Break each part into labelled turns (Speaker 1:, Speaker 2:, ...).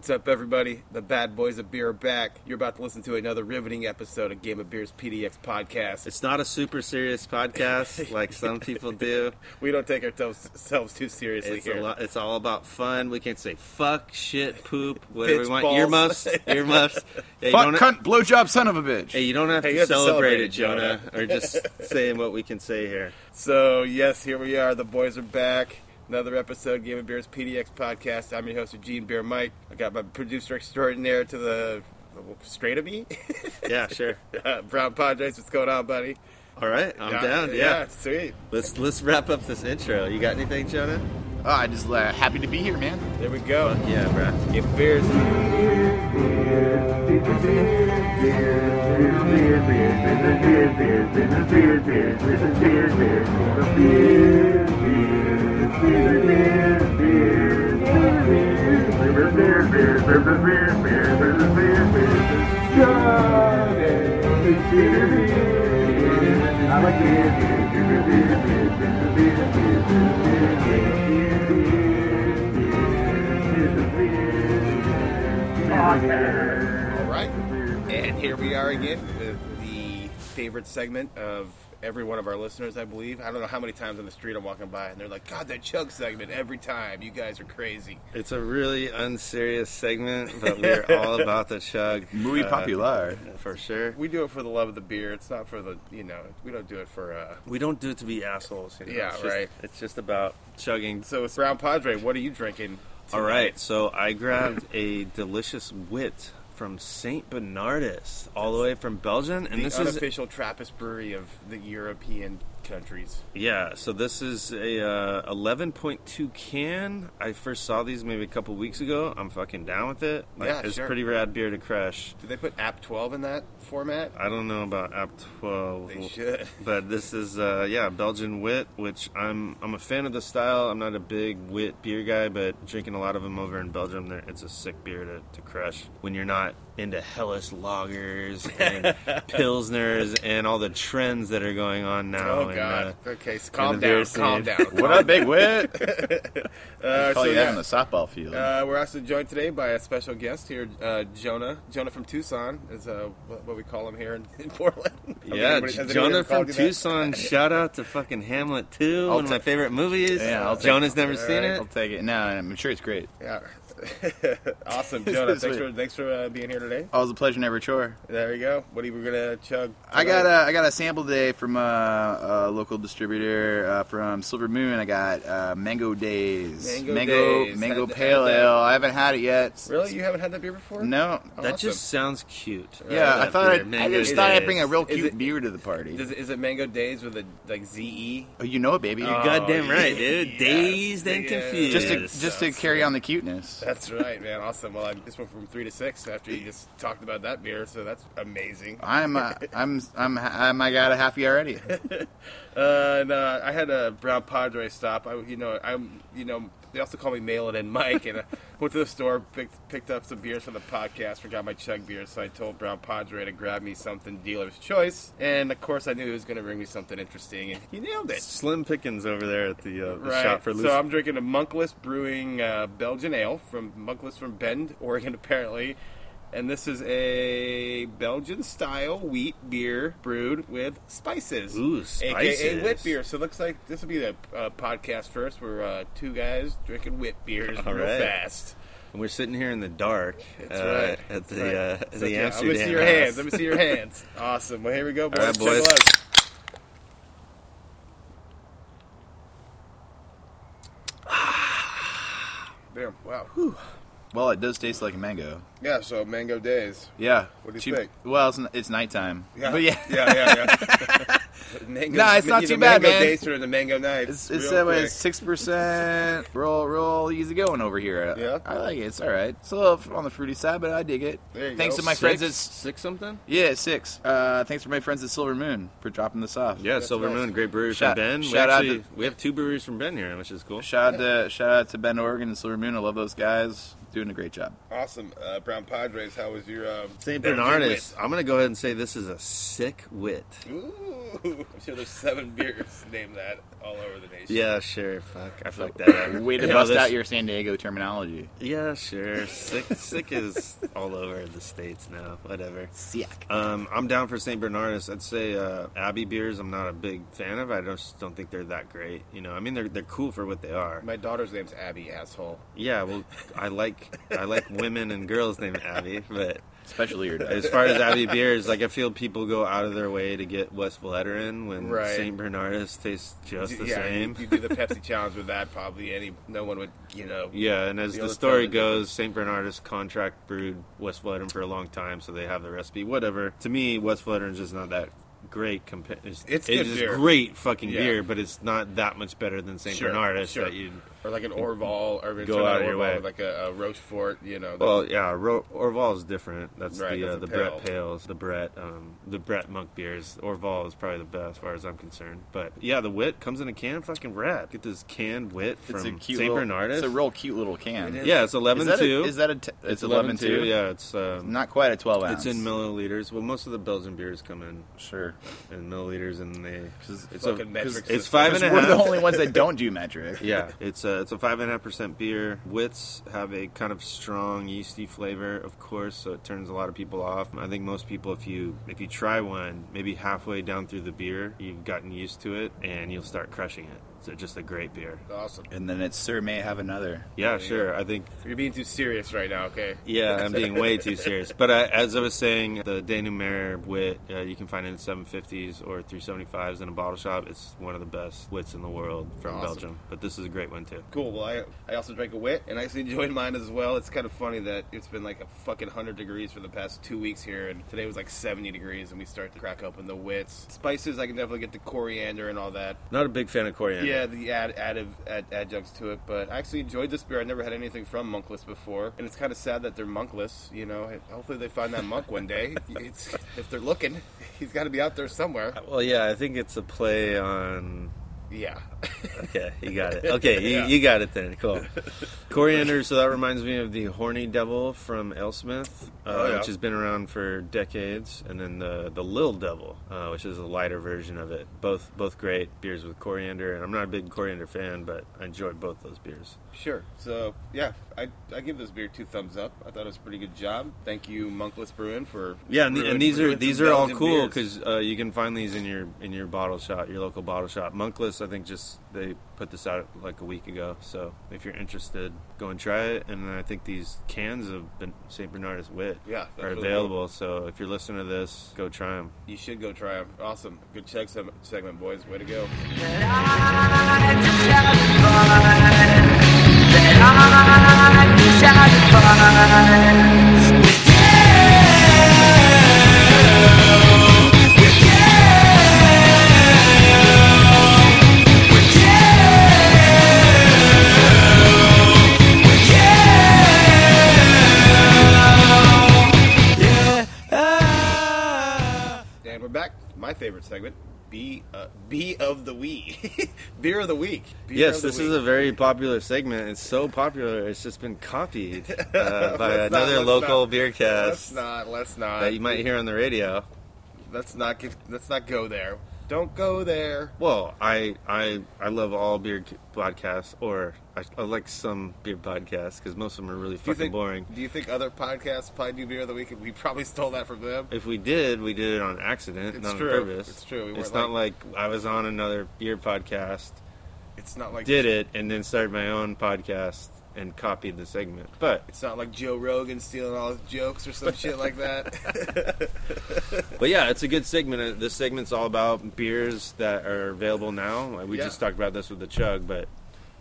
Speaker 1: What's up, everybody? The bad boys of beer are back. You're about to listen to another riveting episode of Game of Beer's PDX podcast.
Speaker 2: It's not a super serious podcast like some people do.
Speaker 1: We don't take ourselves selves too seriously
Speaker 2: It's a
Speaker 1: here.
Speaker 2: lot. It's all about fun. We can say fuck, shit, poop, whatever
Speaker 1: Bitch,
Speaker 2: we want.
Speaker 1: balls.
Speaker 2: Earmuffs, earmuffs. Hey, you
Speaker 3: Fuck
Speaker 2: don't-
Speaker 3: cunt blowjob son of a bitch.
Speaker 2: Hey, you don't have
Speaker 1: Hey,
Speaker 2: to
Speaker 1: you have to
Speaker 2: celebrate,
Speaker 1: celebrate
Speaker 2: it,
Speaker 1: it,
Speaker 2: Jonah. or just saying what we can say here.
Speaker 1: So, yes, here we are. The boys are back. Another episode, Game of Beer's PDX podcast. I'm your host, Eugene Beer Mike. I got my producer extraordinaire to the straight of me, Uh,
Speaker 2: Yeah, sure.
Speaker 1: Brown Padres. What's going on, buddy?
Speaker 2: All right, I'm down. Yeah.
Speaker 1: sweet.
Speaker 2: let's let's wrap up this intro. You got anything, Jonah?
Speaker 3: Oh, I just uh, happy to be here, man.
Speaker 1: There we go.
Speaker 2: Yeah, bruh.
Speaker 1: Game of Beer's. All right. And here we are again with the favorite segment of every one of our listeners, I believe. I don't know how many times on the street I'm walking by and they're like, God, that chug segment every time. You guys are crazy.
Speaker 2: It's a really unserious segment, but we're all about the chug.
Speaker 3: Muy
Speaker 2: uh,
Speaker 3: popular.
Speaker 2: for sure.
Speaker 1: We do it for the love of the beer. It's not for the, you know, we don't do it for, uh.
Speaker 2: We don't do it to be assholes. You know?
Speaker 1: Yeah,
Speaker 2: It's just-
Speaker 1: right.
Speaker 2: It's just about chugging.
Speaker 1: So it's Brown Padre. What are you drinking?
Speaker 2: All right, so I grabbed a delicious wit from Saint Bernardus, all the way from Belgium, and
Speaker 1: The
Speaker 2: this is
Speaker 1: unofficial Trappist brewery of the European countries.
Speaker 2: yeah. So this is a uh, 11.2 can. I first saw these maybe a couple weeks ago. I'm fucking down with it. Like,
Speaker 1: Yeah,
Speaker 2: it's
Speaker 1: sure.
Speaker 2: pretty rad beer to crush.
Speaker 1: Do they put App 12 in that format?
Speaker 2: I don't know about app 12.
Speaker 1: They should.
Speaker 2: But this is uh, yeah, Belgian wit, which I'm I'm a fan of the style. I'm not a big wit beer guy, but drinking a lot of them over in Belgium, there it's a sick beer to, to crush when you're not into hellish lagers and pilsners and all the trends that are going on now.
Speaker 1: Oh,
Speaker 2: and,
Speaker 1: God.
Speaker 2: uh,
Speaker 1: okay, so calm
Speaker 2: the
Speaker 1: down.
Speaker 2: beer
Speaker 1: Calm
Speaker 2: scene.
Speaker 1: down.
Speaker 3: What up, big wit?
Speaker 1: Uh,
Speaker 3: Call
Speaker 1: so
Speaker 3: you that
Speaker 1: yeah.
Speaker 3: on the softball field.
Speaker 1: Uh, we're also joined today by a special guest here, uh, Jonah. Jonah from Tucson is uh, what what we call him here in, in Portland. Has
Speaker 2: yeah,
Speaker 1: anybody- has anybody
Speaker 2: Jonah
Speaker 1: ever called
Speaker 2: from
Speaker 1: you that?
Speaker 2: Tucson. shout out to fucking Hamlet 2 one of my favorite movies.
Speaker 3: Yeah, I'll take-
Speaker 2: Jonah's never seen
Speaker 3: I'll
Speaker 2: it.
Speaker 3: take it. No, I'm sure it's great.
Speaker 1: Yeah. awesome, Jonah. thanks for
Speaker 3: Sweet.
Speaker 1: thanks for uh, being here today.
Speaker 3: Always a pleasure, never a chore.
Speaker 1: There you go. What are you gonna chug?
Speaker 3: I got a, I got a sample today from uh, a local distributor uh, from Silver Moon. I got uh, Mango Days,
Speaker 1: Mango
Speaker 3: Mango,
Speaker 1: Days.
Speaker 3: Mango
Speaker 1: Had to have
Speaker 3: Pale
Speaker 1: that.
Speaker 3: Ale. I haven't had it yet.
Speaker 1: Really, Oh, you haven't had that beer before?
Speaker 3: No.
Speaker 2: That
Speaker 1: Awesome.
Speaker 2: just sounds cute.
Speaker 3: Yeah, I
Speaker 2: That
Speaker 3: thought
Speaker 2: beer,
Speaker 3: I'd, I
Speaker 2: Mango
Speaker 3: just thought I'd
Speaker 2: Days.
Speaker 3: bring a real
Speaker 1: Is
Speaker 3: cute
Speaker 1: it-
Speaker 3: beer to the party.
Speaker 1: Does it, is it Mango Days with a like ZE?
Speaker 3: oh, you know it, baby.
Speaker 2: You're goddamn
Speaker 1: yeah.
Speaker 2: right, dude.
Speaker 1: Yes,
Speaker 2: Dazed and
Speaker 1: yeah.
Speaker 2: confused.
Speaker 3: just to
Speaker 1: Yes.
Speaker 3: just to carry on the cuteness.
Speaker 1: That's right, man. Awesome. Well, I just went from three to six after you just talked about that beer, so that's amazing.
Speaker 3: I'm uh, I'm I'm I'm I got a halfie already.
Speaker 1: Uh, and uh, I had a Brown Padre stop. I, you know, I'm, you know, they also call me Mail It In Mike. And I went to the store, picked, picked up some beers for the podcast, forgot my chug beer. So I told Brown Padre to grab me something dealer's choice. And of course, I knew he was going to bring me something interesting. And he nailed it.
Speaker 2: Slim Pickens over there at the, uh, the
Speaker 1: Right.
Speaker 2: shop for Lucy.
Speaker 1: so I'm drinking a Monkless Brewing uh, Belgian Ale from Monkless from Bend, Oregon, apparently. And this is a Belgian style wheat beer brewed with spices.
Speaker 2: Ooh,
Speaker 1: AKA
Speaker 2: spices.
Speaker 1: wit beer. So it looks like this will be the uh, podcast first. We're uh, two guys drinking wit beers
Speaker 2: All
Speaker 1: real
Speaker 2: right.
Speaker 1: fast.
Speaker 2: and we're sitting here in the dark
Speaker 1: That's
Speaker 2: uh,
Speaker 1: right.
Speaker 2: at
Speaker 1: That's
Speaker 2: the uh,
Speaker 1: right.
Speaker 2: at
Speaker 1: So,
Speaker 2: the
Speaker 1: yeah,
Speaker 2: Amsterdam.
Speaker 1: Let me see your
Speaker 2: house.
Speaker 1: hands. Let me see your hands. Awesome. Well, here we go, boys.
Speaker 2: right,
Speaker 1: Check
Speaker 2: boys.
Speaker 1: it out. Damn! Wow.
Speaker 3: well, it does taste like a mango.
Speaker 1: Yeah. So mango days.
Speaker 3: Yeah.
Speaker 1: What do you
Speaker 3: Too-
Speaker 1: think?
Speaker 3: Well, it's, n- it's nighttime. But yeah,
Speaker 1: yeah, yeah, yeah. mango,
Speaker 3: Nah, it's not
Speaker 1: you
Speaker 3: too
Speaker 1: know,
Speaker 3: bad,
Speaker 1: mango
Speaker 3: man.
Speaker 1: days are in the mango night.
Speaker 3: it's, it's
Speaker 1: real
Speaker 3: that way.
Speaker 1: quick.
Speaker 3: It's six percent. Roll, roll, easy going over here.
Speaker 1: Yeah?
Speaker 3: I like it. It's all right. It's a little f- on the fruity side, but I dig it.
Speaker 1: There you
Speaker 3: thanks
Speaker 1: go.
Speaker 3: to my friends. It's
Speaker 2: six something.
Speaker 3: yeah, it's six. Uh, thanks to my friends at Silver Moon for dropping this off.
Speaker 2: Yeah,
Speaker 1: That's
Speaker 2: Silver
Speaker 1: nice.
Speaker 2: Moon, great brewery
Speaker 3: Shout-
Speaker 2: from Ben. We
Speaker 3: shout out
Speaker 2: actually we have two breweries from Ben here, which is cool.
Speaker 3: Shout out to shout out to Ben Oregon and Silver Moon. I love those guys. doing a great job.
Speaker 1: Awesome. Uh, Brown Padres, how was your um,
Speaker 2: St.
Speaker 1: Belgian
Speaker 2: Bernardus. I'm gonna go ahead and say this is a sick wit.
Speaker 1: wit? Ooh, I'm sure there's seven beers named that all over the nation.
Speaker 2: Yeah, sure. Fuck, I fucked that up.
Speaker 3: Way to
Speaker 2: Yeah,
Speaker 3: bust
Speaker 2: this-
Speaker 3: out your San Diego terminology.
Speaker 2: Yeah, sure. Sick, sick is all over the states now. Whatever.
Speaker 3: Sick.
Speaker 2: Um, I'm down for St. Bernardus. I'd say uh, Abbey beers. I'm not a big fan of. I just don't think they're that great. You know, I mean, they're they're cool for what they are.
Speaker 1: My daughter's name's Abby, asshole.
Speaker 2: Yeah, well, I like I like women and girls named Abby, but
Speaker 3: Especially your
Speaker 2: as far as Abbey beers, like I feel people go out of their way to get West Veteran when
Speaker 1: Right.
Speaker 2: St. Bernardus tastes just the
Speaker 1: yeah,
Speaker 2: same.
Speaker 1: You, you do the Pepsi challenge with that, probably any no one would, you know.
Speaker 2: Yeah, and as
Speaker 1: The
Speaker 2: the,
Speaker 1: other
Speaker 2: story
Speaker 1: time they did.
Speaker 2: goes, St. Bernardus contract brewed West Veteran for a long time, so they have the recipe. Whatever. To me, West Veteran's just not that great. Compa- it's
Speaker 1: It's
Speaker 2: it
Speaker 1: good
Speaker 2: is
Speaker 1: beer.
Speaker 2: great fucking
Speaker 1: Yeah.
Speaker 2: beer, but it's not that much better than St.
Speaker 1: Sure,
Speaker 2: Bernardus
Speaker 1: sure.
Speaker 2: that you.
Speaker 1: Or like an Orval, or
Speaker 2: Go
Speaker 1: not
Speaker 2: out of your
Speaker 1: Orval,
Speaker 2: way.
Speaker 1: but like a, a Rochefort, you know. the-
Speaker 2: Well, yeah, Ro- Orval's different. That's
Speaker 1: Right,
Speaker 2: the
Speaker 1: that's
Speaker 2: uh,
Speaker 1: a
Speaker 2: the
Speaker 1: pale.
Speaker 2: Brett Pales, the Brett um, the Brett Monk beers. Orval is probably the best, as far as I'm concerned. But yeah, the wit comes in a can, fucking rad. Get this canned wit
Speaker 3: It's a
Speaker 2: from
Speaker 3: cute.
Speaker 2: St.
Speaker 3: little-
Speaker 2: Bernardus.
Speaker 3: It's a real cute little can.
Speaker 1: It
Speaker 2: yeah, it's
Speaker 3: Is
Speaker 2: eleven
Speaker 3: that
Speaker 2: two.
Speaker 3: a, is that a t- it's,
Speaker 2: it's
Speaker 3: 11 2?
Speaker 2: Yeah, it's um,
Speaker 3: Not quite a 12
Speaker 2: It's
Speaker 3: ounce.
Speaker 2: in milliliters. Well, most of the Belgian beers come in
Speaker 3: Sure.
Speaker 2: in milliliters, and they
Speaker 3: 'Cause
Speaker 2: it's
Speaker 1: fucking
Speaker 2: a,
Speaker 1: metric
Speaker 2: it's
Speaker 1: system.
Speaker 2: five and a
Speaker 3: We're the
Speaker 2: half.
Speaker 3: only ones that don't do metric.
Speaker 2: Yeah, it's a it's a five and a half percent beer. Wits have a kind of strong yeasty flavor, of course, so it turns a lot of people off. I think most people, if you if you try one, maybe halfway down through the beer, you've gotten used to it, and you'll start crushing it. So just a great beer.
Speaker 1: awesome.
Speaker 3: And then it's Sir May I Have Another.
Speaker 2: Yeah, sure. I think
Speaker 1: You're being too serious right now, okay?
Speaker 2: Yeah, I'm being way too serious. But uh, as I was saying, the Danumere wit uh, you can find it in 750s or 375s in a bottle shop. It's one of the best wits in the world from
Speaker 1: Awesome.
Speaker 2: Belgium. But this is a great one too.
Speaker 1: Cool. Well, I, I also drank a wit, and I actually enjoyed mine as well. It's kind of funny that it's been like a fucking 100 degrees for the past two weeks here, and today was like 70 degrees, and we start to crack open the wits. Spices, I can definitely get the coriander and all that.
Speaker 2: Not a big fan of coriander.
Speaker 1: Yeah, the add, additive ad, adjuncts to it, but I actually enjoyed this beer. I never had anything from Monkless before, and it's kind of sad that they're Monkless. You know, hopefully they find that monk one day. It's, if they're looking, he's got to be out there somewhere.
Speaker 2: Well, yeah, I think it's a play on.
Speaker 1: Yeah,
Speaker 2: Okay, you got it. Okay, you,
Speaker 1: Yeah.
Speaker 2: you got it then. Cool. Coriander, so that reminds me of the Horny Devil from Alesmith, uh,
Speaker 1: Oh, yeah.
Speaker 2: which has been around for decades, and then the the Lil Devil, uh, which is a lighter version of it. Both both great beers with coriander, and I'm not a big coriander fan, but I enjoyed both those beers.
Speaker 1: sure. So yeah, I, I give this beer two thumbs up. I thought it was a pretty good job. Thank you, Monkless Bruin, for
Speaker 2: Yeah, and,
Speaker 1: brewing-
Speaker 2: and these are
Speaker 1: brewing
Speaker 2: these
Speaker 1: some
Speaker 2: are all
Speaker 1: Belgian
Speaker 2: cool
Speaker 1: beers.
Speaker 2: because uh, you can find these in your in your bottle shop, your local bottle shop. Monkless, I think, just they put this out like a week ago. So if you're interested, go and try it. And then I think these cans of Ben- Saint Bernardus Wit
Speaker 1: Yeah, that's
Speaker 2: are
Speaker 1: really
Speaker 2: available. So if you're listening to this, go try them.
Speaker 1: you should go try them. Awesome, good check se- segment, boys. Way to go. And we're back. My favorite segment, B uh, B of the week, beer of the week. Beer
Speaker 2: yes,
Speaker 1: of the
Speaker 2: this
Speaker 1: week.
Speaker 2: is a very popular segment. It's so popular, it's just been copied uh, by
Speaker 1: Let's not-
Speaker 2: another
Speaker 1: let's
Speaker 2: local
Speaker 1: not-
Speaker 2: beer
Speaker 1: Let's
Speaker 2: cast
Speaker 1: not. Let's not.
Speaker 2: that you might hear on the radio.
Speaker 1: Let's not get. Let's not go there. Don't go there.
Speaker 2: Well, I I I love all beer c- podcasts, or I, I like some beer podcasts because most of them are really
Speaker 1: Do you
Speaker 2: fucking
Speaker 1: think?
Speaker 2: boring.
Speaker 1: Do you think other podcasts probably do beer of the week? And we probably stole that from them.
Speaker 2: If we did, we did it on accident,
Speaker 1: It's
Speaker 2: not
Speaker 1: true.
Speaker 2: on purpose.
Speaker 1: It's true. We
Speaker 2: it's
Speaker 1: weren't
Speaker 2: not like I was on another beer podcast,
Speaker 1: It's not like
Speaker 2: did it, and then started my own podcast and copied the segment. But
Speaker 1: It's not like Joe Rogan stealing all his jokes or some shit like that.
Speaker 2: But yeah, it's a good segment. Uh, This segment's all about beers that are available now. Uh, We
Speaker 1: Yeah.
Speaker 2: just talked about this with the chug, but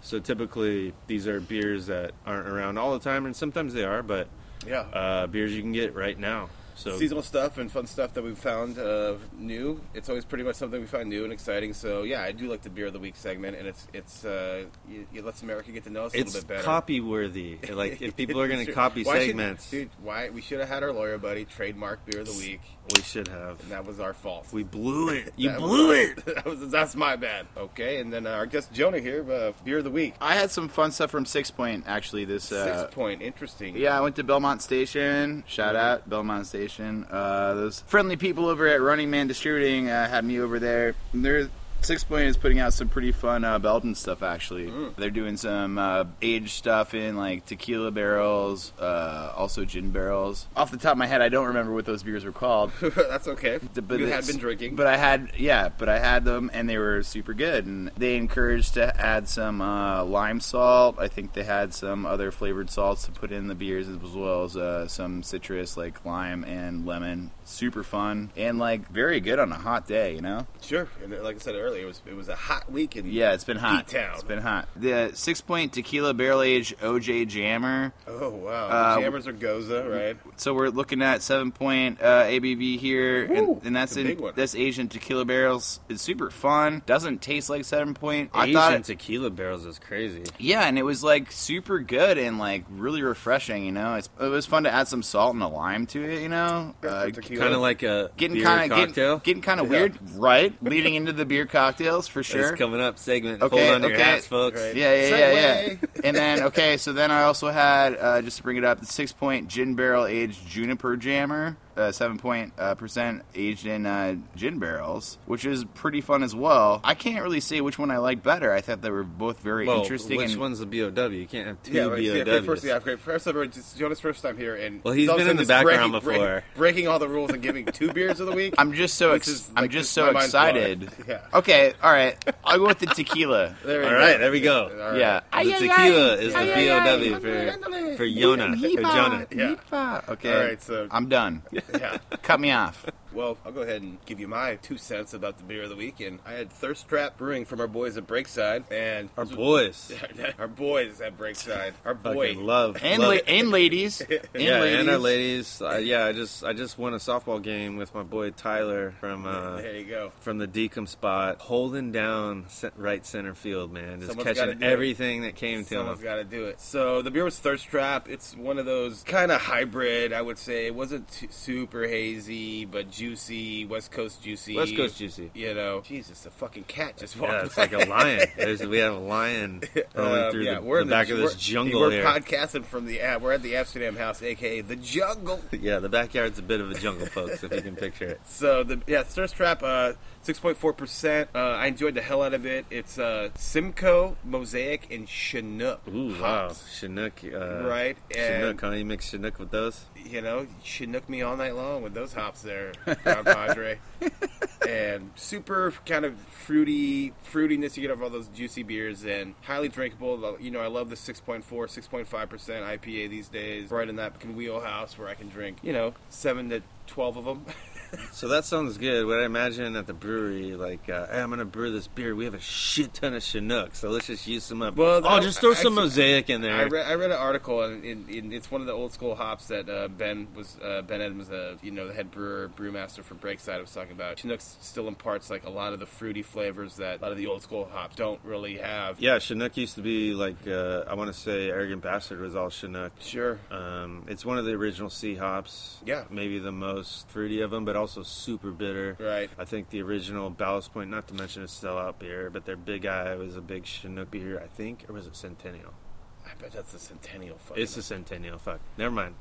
Speaker 2: so typically these are uh, beers that aren't around all the time, and sometimes they are, but
Speaker 1: yeah.
Speaker 2: uh, beers you can get right now. So
Speaker 1: seasonal stuff and fun stuff that we've found uh, new. It's always pretty much something we find new and exciting. So yeah, I do like the beer of the week segment, and it's it's uh, y it lets America get to know us a
Speaker 2: it's
Speaker 1: little bit better.
Speaker 2: copy worthy. Like if people are going to
Speaker 1: Sure.
Speaker 2: copy
Speaker 1: Why should-
Speaker 2: segments,
Speaker 1: dude, why we should have had our lawyer buddy trademark beer of the week,
Speaker 2: we should have.
Speaker 1: and that was our fault.
Speaker 2: We blew it. You
Speaker 1: That
Speaker 2: blew
Speaker 1: was-
Speaker 2: it.
Speaker 1: that was, that's my bad. Okay, and then uh, our guest Jonah here, uh, beer of the week,
Speaker 3: I had some fun stuff from Six Point actually. This uh,
Speaker 1: six point, interesting.
Speaker 3: Yeah, I went to Belmont Station. Shout out Belmont Station. Uh, those friendly people over at Running Man Distributing uh, had me over there. They're Six Point is putting out some pretty fun uh, Belgian stuff. Actually, they're doing some uh, aged stuff in like tequila barrels, uh, also gin barrels. Off the top of my head, I don't remember what those beers were called.
Speaker 1: that's okay.
Speaker 3: D-
Speaker 1: you had
Speaker 3: it's-
Speaker 1: been drinking,
Speaker 3: But I had, yeah, but I had them, and they were super good. And they encouraged to add some uh, lime salt. I think they had some other flavored salts to put in the beers, as well as uh, some citrus like lime and lemon. Super fun and like very good on a hot day, you know.
Speaker 1: sure. And like I said earlier, it was it was a hot week, and
Speaker 3: Yeah, it's been hot.
Speaker 1: Beat-town.
Speaker 3: It's been hot. The six point tequila barrel age OJ Jammer.
Speaker 1: Oh wow,
Speaker 3: Uh,
Speaker 1: jammers or goza, right?
Speaker 3: So we're looking at seven point uh, ABV here,
Speaker 1: Woo!
Speaker 3: and, and that's
Speaker 1: It's a big
Speaker 3: in
Speaker 1: one.
Speaker 3: that's Asian tequila barrels. It's super fun. Doesn't taste like seven point. I
Speaker 2: Asian
Speaker 3: thought, it-
Speaker 2: tequila barrels is crazy.
Speaker 3: yeah, and it was like super good and like really refreshing. You know, it's, it was fun to add some salt and a lime to it. You know,
Speaker 1: Yeah,
Speaker 3: Uh,
Speaker 1: some tequila.
Speaker 2: Kind of like a
Speaker 3: getting
Speaker 2: beer
Speaker 3: kind of
Speaker 2: cocktail.
Speaker 3: getting, getting kind of
Speaker 1: Yeah.
Speaker 3: weird, right? Leading into the beer cocktails for sure.
Speaker 2: It's coming up segment.
Speaker 3: Okay,
Speaker 2: Hold on to your
Speaker 3: okay.
Speaker 2: hats, folks.
Speaker 1: Right.
Speaker 3: Yeah, yeah, yeah, yeah.
Speaker 1: Segway.
Speaker 3: And then okay, so then I also had uh, just to bring it up the six point gin barrel aged juniper jammer, uh, seven point uh, percent aged in uh, gin barrels, which is pretty fun as well. I can't really say which one I like better. I thought they were both very
Speaker 2: Well,
Speaker 3: interesting.
Speaker 2: which
Speaker 3: and,
Speaker 2: one's the BOW? You can't have two
Speaker 1: Yeah, right. yeah, okay,
Speaker 2: BOWs.
Speaker 1: first, yeah, okay. First up, it's Jonas' first time here, and
Speaker 2: Well, he's
Speaker 1: all of a
Speaker 2: been in
Speaker 1: sudden
Speaker 2: the
Speaker 1: just
Speaker 2: background
Speaker 1: breaking- break-
Speaker 2: before.
Speaker 1: breaking all the rules and giving two beers of the week.
Speaker 3: I'm just so
Speaker 1: This
Speaker 3: ex-
Speaker 1: is,
Speaker 3: I'm
Speaker 1: like,
Speaker 3: just
Speaker 1: this-
Speaker 3: so
Speaker 1: my mind's blown.
Speaker 3: excited.
Speaker 1: Yeah.
Speaker 3: Okay, all right. I'll go with the tequila.
Speaker 1: There
Speaker 2: All
Speaker 1: you
Speaker 2: right,
Speaker 1: go.
Speaker 2: there we go.
Speaker 1: All right.
Speaker 3: Yeah.
Speaker 2: The tequila is the BOW for, for Yona. For Jonah.
Speaker 1: Yeah.
Speaker 3: Yeehaw. Okay.
Speaker 1: All right, so-
Speaker 3: I'm done.
Speaker 1: Yeah.
Speaker 3: Cut me off.
Speaker 1: Well, I'll go ahead and give you my two cents about the beer of the week. And I had Thirst Trap Brewing from our boys at Breakside, and
Speaker 2: Our boys.
Speaker 1: our boys at Breakside, our boy.
Speaker 2: Fucking love.
Speaker 3: And
Speaker 2: love
Speaker 3: la-
Speaker 2: it.
Speaker 3: and ladies. And
Speaker 2: yeah,
Speaker 3: ladies.
Speaker 2: and our ladies. Uh, yeah, I just I just won a softball game with my boy Tyler from uh,
Speaker 1: there you go.
Speaker 2: from the decom spot, holding down cent- right center field, man, just
Speaker 1: Someone's gotta
Speaker 2: catching
Speaker 1: do it.
Speaker 2: everything that came to
Speaker 1: Someone's
Speaker 2: him.
Speaker 1: got to do it. So the beer was Thirst Trap. It's one of those kind of hybrid, I would say. It wasn't t- super hazy, but juicy, West Coast juicy.
Speaker 2: West Coast juicy.
Speaker 1: You know, Jesus, a fucking cat just walked.
Speaker 2: Yeah, it's
Speaker 1: by.
Speaker 2: like a lion. There's, we have a lion rolling
Speaker 1: Um,
Speaker 2: through
Speaker 1: yeah,
Speaker 2: the,
Speaker 1: we're
Speaker 2: the
Speaker 1: in
Speaker 2: back of this
Speaker 1: we're-
Speaker 2: jungle
Speaker 1: We're
Speaker 2: here.
Speaker 1: podcasting from the uh, we're at the Amsterdam house, aka the jungle.
Speaker 2: yeah, the backyard's a bit of a jungle, folks, if you can picture it.
Speaker 1: So the yeah, Thirst Trap, uh, six point four percent. Uh, I enjoyed the hell out of it. It's uh, Simcoe, Mosaic, and Chinook.
Speaker 2: Ooh, wow.
Speaker 1: hops.
Speaker 2: Chinook. Uh,
Speaker 1: Right,
Speaker 2: Chinook,
Speaker 1: and-
Speaker 2: huh? You mix Chinook with those?
Speaker 1: you know, Chinook me all night long with those hops there, Don Padre. and super kind of fruity fruitiness you get off all those juicy beers and highly drinkable. You know, I love the 6.4, 6.5% IPA these days, right in that wheelhouse where I can drink, you know, 7 to 12 of them.
Speaker 2: So that sounds good. What I imagine at the brewery, like, uh, hey, I'm gonna brew this beer. We have a shit ton of Chinook, so let's just use some up.
Speaker 1: Well,
Speaker 2: oh,
Speaker 1: I-
Speaker 2: just throw some
Speaker 1: actually-
Speaker 2: mosaic in there.
Speaker 1: I read, I read an article, and in, in, it's one of the old school hops that uh, Ben was uh, Ben Edmonds, uh, you know, the head brewer, brewmaster for Breakside, was talking about. Chinook still imparts like a lot of the fruity flavors that a lot of the old school hops don't really have.
Speaker 2: yeah, Chinook used to be like, uh, I want to say, Arrogant Bastard was all Chinook.
Speaker 1: Sure.
Speaker 2: Um, it's one of the original sea hops.
Speaker 1: Yeah.
Speaker 2: Maybe the most fruity of them, but also super bitter.
Speaker 1: Right.
Speaker 2: I think the original Ballast Point, not to mention a sellout beer, but their Big Eye was a big Chinook beer, I think, or was it Centennial?
Speaker 1: I bet that's the Centennial. Fucking
Speaker 2: It's a Centennial. Fuck. Never mind.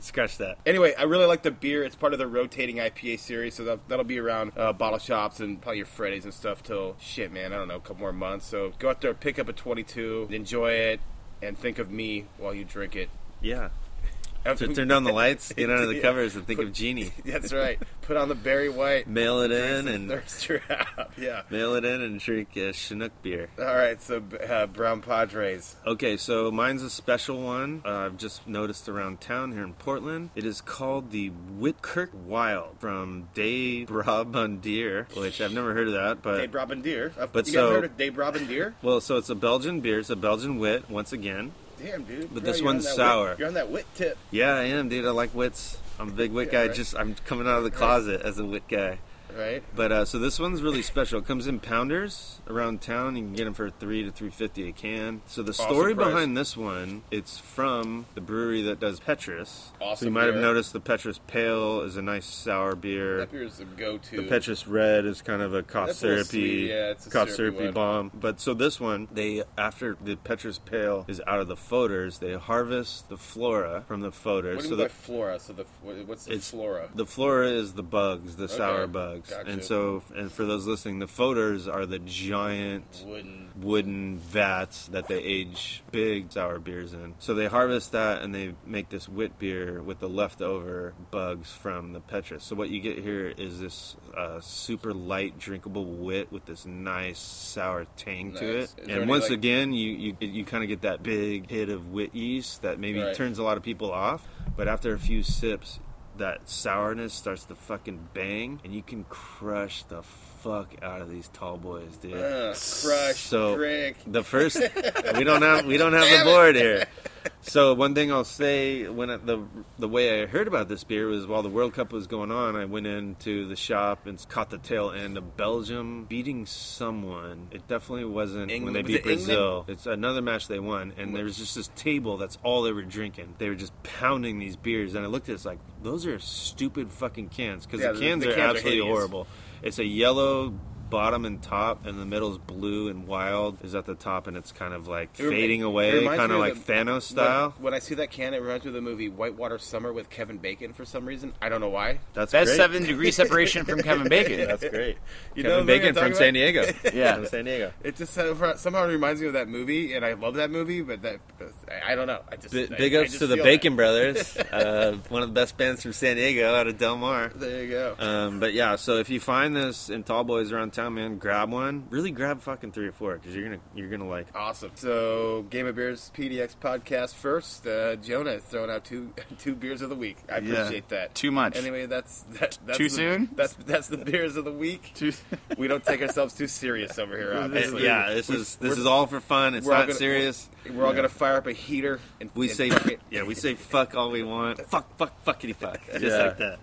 Speaker 2: Scratch that.
Speaker 1: Anyway, I really like the beer. It's part of the rotating IPA series, so that, that'll be around uh, bottle shops and probably your Freddy's and stuff till shit, man. I don't know, a couple more months. So go out there, pick up a 22, enjoy it, and think of me while you drink it.
Speaker 2: Yeah. So turn down the lights, get under the
Speaker 1: Yeah.
Speaker 2: covers, and think of Genie.
Speaker 1: That's right. Put on the Barry White
Speaker 2: Mail it in and
Speaker 1: thirst trap. Yeah.
Speaker 2: mail it in and drink a Chinook beer.
Speaker 1: All right. So uh, Brown Padres.
Speaker 2: Okay, so mine's a special one. Uh, I've just noticed around town here in Portland. It is called the Whitkirk Wild from Dave Brabandier, which I've never heard of that, but
Speaker 1: Dave Robin Deer. Uh,
Speaker 2: But
Speaker 1: you
Speaker 2: so-
Speaker 1: ever heard of Dave Robin Deer?
Speaker 2: Well, so it's a Belgian beer. It's a Belgian wit once again.
Speaker 1: damn, dude.
Speaker 2: But
Speaker 1: Bro,
Speaker 2: this
Speaker 1: you're on
Speaker 2: one's
Speaker 1: that wit-
Speaker 2: sour.
Speaker 1: you're on that wit tip.
Speaker 2: Yeah, I am, dude. I like wits. I'm a big wit
Speaker 1: Yeah,
Speaker 2: guy.
Speaker 1: right.
Speaker 2: Just I'm coming out of the closet as a wit guy.
Speaker 1: Right?
Speaker 2: But uh, so this one's really special. It comes in pounders around town. You can get them for three to three fifty a can. So the
Speaker 1: Awesome
Speaker 2: story
Speaker 1: price.
Speaker 2: behind this one, it's from the brewery that does Petrus. so
Speaker 1: Awesome
Speaker 2: you might have
Speaker 1: beer.
Speaker 2: noticed the Petrus Pale is a nice sour beer.
Speaker 1: That beer is the go-to.
Speaker 2: The Petrus Red is kind of a cough
Speaker 1: That's a little
Speaker 2: syrupy,
Speaker 1: sweet, yeah, it's a
Speaker 2: cough
Speaker 1: syrupy
Speaker 2: syrupy,
Speaker 1: one.
Speaker 2: bomb. But so this one, they after the Petrus Pale is out of the foders, they harvest the flora from the
Speaker 1: what
Speaker 2: foders.
Speaker 1: do you
Speaker 2: so
Speaker 1: mean by
Speaker 2: the,
Speaker 1: flora? So the f- what- what's the
Speaker 2: It's-
Speaker 1: flora?
Speaker 2: the flora is the bugs, the sour bugs,
Speaker 1: gotcha.
Speaker 2: and so and for those listening, the foders are the giant
Speaker 1: Wooden.
Speaker 2: wooden vats that they age big sour beers in. So they harvest that and they make this wit beer with the leftover bugs from the Petrus. So what you get here is this uh, super light drinkable wit with this nice sour tang
Speaker 1: Nice.
Speaker 2: to it.
Speaker 1: Is there
Speaker 2: and
Speaker 1: any,
Speaker 2: once
Speaker 1: like-
Speaker 2: again, you you, you kind of get that big hit of wit yeast that maybe
Speaker 1: Right.
Speaker 2: turns a lot of people off. But after a few sips. That sourness starts to fucking bang, and you can crush the fuck out of these tall boys, dude.
Speaker 1: Uh, crush.
Speaker 2: So-
Speaker 1: drink.
Speaker 2: The first we don't have we don't have the board here. So one thing I'll say when I, the the way I heard about this beer was while the World Cup was going on, I went into the shop and caught the tail end of Belgium beating someone. It definitely wasn't when
Speaker 1: England-
Speaker 2: they
Speaker 1: was
Speaker 2: beat
Speaker 1: it England?
Speaker 2: Brazil. It's another match they won, and there was just this table. That's all they were drinking. They were just pounding these beers, and I looked at it it's like those are stupid fucking cans because
Speaker 1: Yeah,
Speaker 2: the
Speaker 1: the-
Speaker 2: cans
Speaker 1: the
Speaker 2: are
Speaker 1: cans are
Speaker 2: absolutely
Speaker 1: hideous.
Speaker 2: horrible horrible. It's a yellow bottom and top, and the middle's blue and wild is at the top, and it's kind of like
Speaker 1: It remi-
Speaker 2: fading
Speaker 1: it
Speaker 2: away,
Speaker 1: reminds
Speaker 2: kind
Speaker 1: me
Speaker 2: of
Speaker 1: of
Speaker 2: like
Speaker 1: the-
Speaker 2: Thanos style.
Speaker 1: When, when I see that can, it reminds me of the movie Whitewater Summer with Kevin Bacon for some reason. I don't know why.
Speaker 2: That's
Speaker 3: That's
Speaker 2: great.
Speaker 3: seven degree separation from Kevin Bacon.
Speaker 2: That's great.
Speaker 1: You know
Speaker 2: Kevin
Speaker 1: the movie
Speaker 2: Bacon
Speaker 1: I'm
Speaker 2: from
Speaker 1: talking
Speaker 2: San
Speaker 1: about?
Speaker 2: Diego.
Speaker 3: Yeah.
Speaker 2: from San Diego.
Speaker 1: It just somehow somehow reminds me of that movie, and I love that movie, but that I, I don't know. I just
Speaker 2: B-
Speaker 1: I-
Speaker 2: big
Speaker 1: I
Speaker 2: ups
Speaker 1: just
Speaker 2: to the
Speaker 1: feel
Speaker 2: Bacon Brothers, uh, one of the best bands from San Diego out of Del Mar.
Speaker 1: that. There you go.
Speaker 2: Um, but yeah, so if you find this in tall boys around town, man, grab one. Really grab fucking three or four because you're gonna you're gonna like
Speaker 1: Awesome. So, Game of Beers PDX podcast first. Uh, Jonah is throwing out two two beers of the week. I
Speaker 3: Yeah.
Speaker 1: appreciate that.
Speaker 3: Too much.
Speaker 1: Anyway, that's that, that's
Speaker 3: Too
Speaker 1: the-
Speaker 3: soon?
Speaker 1: That's that's the beers of the week.
Speaker 3: Too-
Speaker 1: we don't take ourselves too serious over here.
Speaker 2: It-
Speaker 1: Obviously.
Speaker 2: yeah, this is this
Speaker 1: we're-
Speaker 2: is all for fun. It's
Speaker 1: we're all
Speaker 2: not
Speaker 1: gonna-
Speaker 2: serious.
Speaker 1: We're all gonna fire up a heater and
Speaker 2: We
Speaker 1: and
Speaker 2: say
Speaker 1: fuck it.
Speaker 2: yeah, we say fuck all we want. Fuck, fuck, fuckity fuck, just
Speaker 3: Yeah.
Speaker 2: like that.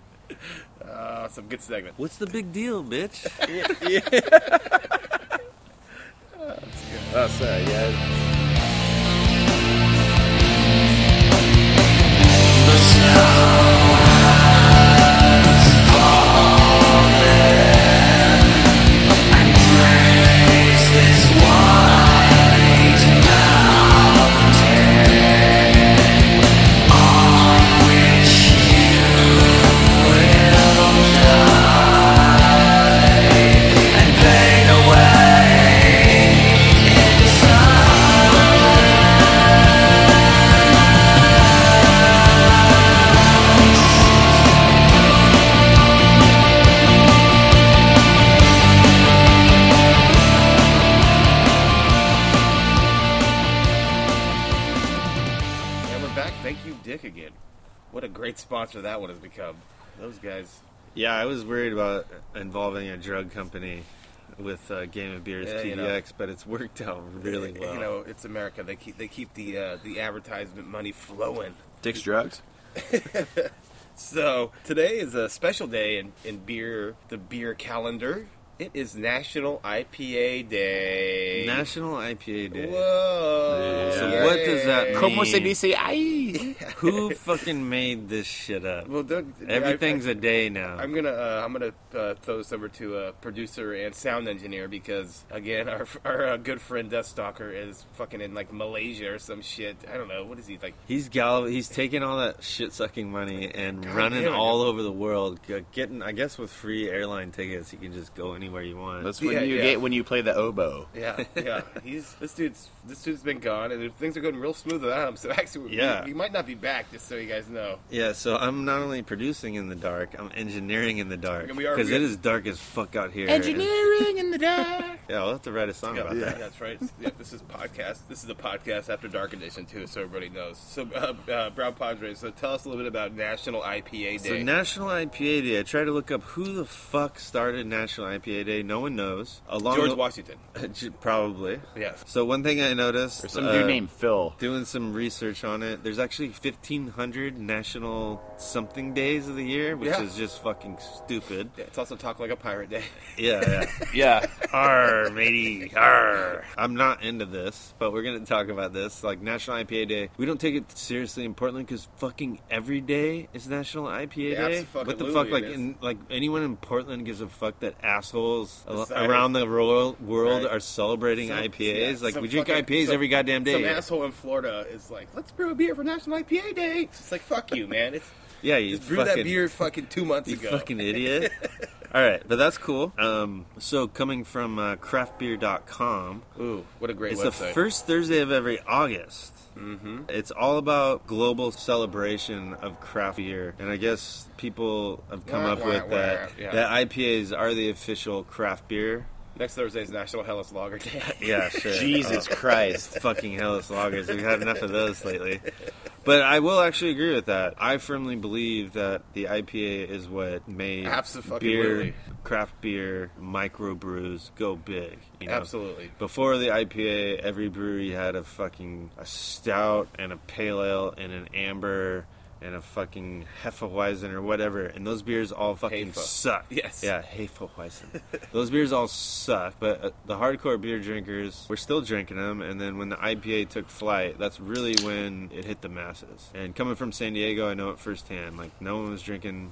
Speaker 1: Uh, some good segment.
Speaker 2: What's the big deal, bitch?
Speaker 3: Oh, sorry, yeah.
Speaker 1: And we're back. Thank you, Dick, again. What a great sponsor that one has become. Those guys.
Speaker 2: yeah, I was worried about involving a drug company with uh, Game of Beers
Speaker 1: Yeah,
Speaker 2: TDX,
Speaker 1: you know.
Speaker 2: but it's worked out really well.
Speaker 1: You know, it's America. They keep they keep the uh, the advertisement money flowing.
Speaker 3: Dick's drugs.
Speaker 1: So today is a special day in, in beer the beer calendar. It is National IPA
Speaker 2: eh?
Speaker 1: Day.
Speaker 2: National IPA Day.
Speaker 1: Whoa!
Speaker 3: Yeah.
Speaker 2: So what does that
Speaker 1: Yay.
Speaker 2: mean?
Speaker 3: Como se dice? Ay.
Speaker 2: Who fucking made this shit up?
Speaker 1: Well, don't-
Speaker 2: Everything's
Speaker 1: I,
Speaker 2: a day now.
Speaker 1: I, I'm gonna uh, I'm gonna uh, throw this over to a producer and sound engineer because again, our our uh, good friend Death Stalker is fucking in like Malaysia or some shit. I don't know what is he like.
Speaker 2: He's gallop. He's taking all that shit sucking money and
Speaker 1: God
Speaker 2: running
Speaker 1: damn it.
Speaker 2: all over the world, g- getting. I guess with free airline tickets, you can just go anywhere you want.
Speaker 3: That's what
Speaker 1: Yeah,
Speaker 3: you
Speaker 1: yeah.
Speaker 3: get when you play the oboe.
Speaker 1: Yeah, yeah. He's this dude's this dude's been gone, and things are going real smooth without him. So actually,
Speaker 2: Yeah.
Speaker 1: we, we might not be back. Just so you guys know.
Speaker 2: yeah. So I'm not only producing in the dark, I'm engineering in the dark
Speaker 1: And we are-
Speaker 2: because
Speaker 1: we-
Speaker 2: it is dark as fuck out here.
Speaker 3: Engineering in the dark.
Speaker 2: And- yeah, I'll have to write a song
Speaker 1: Yeah,
Speaker 2: about
Speaker 1: yeah,
Speaker 2: that.
Speaker 1: that's right. Yeah, this is podcast. This is the podcast after dark edition too, so everybody knows. So, uh, uh, Brown Padres. So, tell us a little bit about National IPA Day.
Speaker 2: So National IPA Day. I tried to look up who the fuck started National IPA IPA day. No one knows. Along
Speaker 1: George
Speaker 2: the-
Speaker 1: Washington.
Speaker 2: probably.
Speaker 1: Yes.
Speaker 2: So one thing I noticed,
Speaker 3: There's some
Speaker 2: uh,
Speaker 3: dude named Phil.
Speaker 2: doing some research on it. There's actually 1,500 national something days of the year, which
Speaker 1: Yeah.
Speaker 2: is just fucking stupid.
Speaker 1: Yeah, it's also Talk Like a Pirate Day.
Speaker 2: Yeah, yeah.
Speaker 3: Yeah.
Speaker 2: Arr, matey, arr. I'm not into this, but we're gonna talk about this. Like National IPA Day, we don't take it seriously in Portland because fucking every day is National IPA
Speaker 1: Yeah,
Speaker 2: Day.
Speaker 1: abso-fucking-lutely
Speaker 2: What the fuck?
Speaker 1: it
Speaker 2: Like,
Speaker 1: is.
Speaker 2: in, like anyone in Portland gives a fuck that assholes al-
Speaker 1: Decided-
Speaker 2: around the royal world
Speaker 1: Right.
Speaker 2: are celebrating
Speaker 1: Some-
Speaker 2: IPAs.
Speaker 1: yeah,
Speaker 2: like
Speaker 1: some
Speaker 2: we drink
Speaker 1: fucking-
Speaker 2: IPAs
Speaker 1: some-
Speaker 2: every goddamn
Speaker 1: Some
Speaker 2: day.
Speaker 1: asshole in Florida is like, let's brew a beer for National IPA Day. It's just like, fuck you, man. It's,
Speaker 2: yeah, you
Speaker 1: just brew
Speaker 2: fucking,
Speaker 1: that beer fucking two months
Speaker 2: You
Speaker 1: ago.
Speaker 2: fucking idiot. All right, but that's cool. Um, so coming from uh, craftbeer.com,
Speaker 1: Ooh, what a great
Speaker 2: It's
Speaker 1: website.
Speaker 2: the first Thursday of every August. Mm-hmm. It's all about global celebration of craft beer, and I guess people have come
Speaker 1: Wah,
Speaker 2: up
Speaker 1: wah,
Speaker 2: with
Speaker 1: wah.
Speaker 2: that
Speaker 1: Yeah.
Speaker 2: that IPAs are the official craft beer.
Speaker 1: Next Thursday is National Hellas Lager Day.
Speaker 2: Yeah, shit.
Speaker 3: Jesus Christ.
Speaker 2: Oh, fucking hellish lagers. We've had enough of those lately. But I will actually agree with that. I firmly believe that the IPA is what made
Speaker 1: Abso-fucking-lutely.
Speaker 2: beer, craft beer, microbrews go big. You know?
Speaker 1: Absolutely.
Speaker 2: Before the IPA, every brewery had a fucking a stout and a pale ale and an amber and a fucking Hefeweizen or whatever, and those beers all fucking
Speaker 1: Hefe.
Speaker 2: suck.
Speaker 1: Yes.
Speaker 2: Yeah, Hefeweizen. those beers all suck, but uh, the hardcore beer drinkers were still drinking them, and then when the IPA took flight, that's really when it hit the masses. And coming from San Diego, I know it firsthand. Like, no one was drinking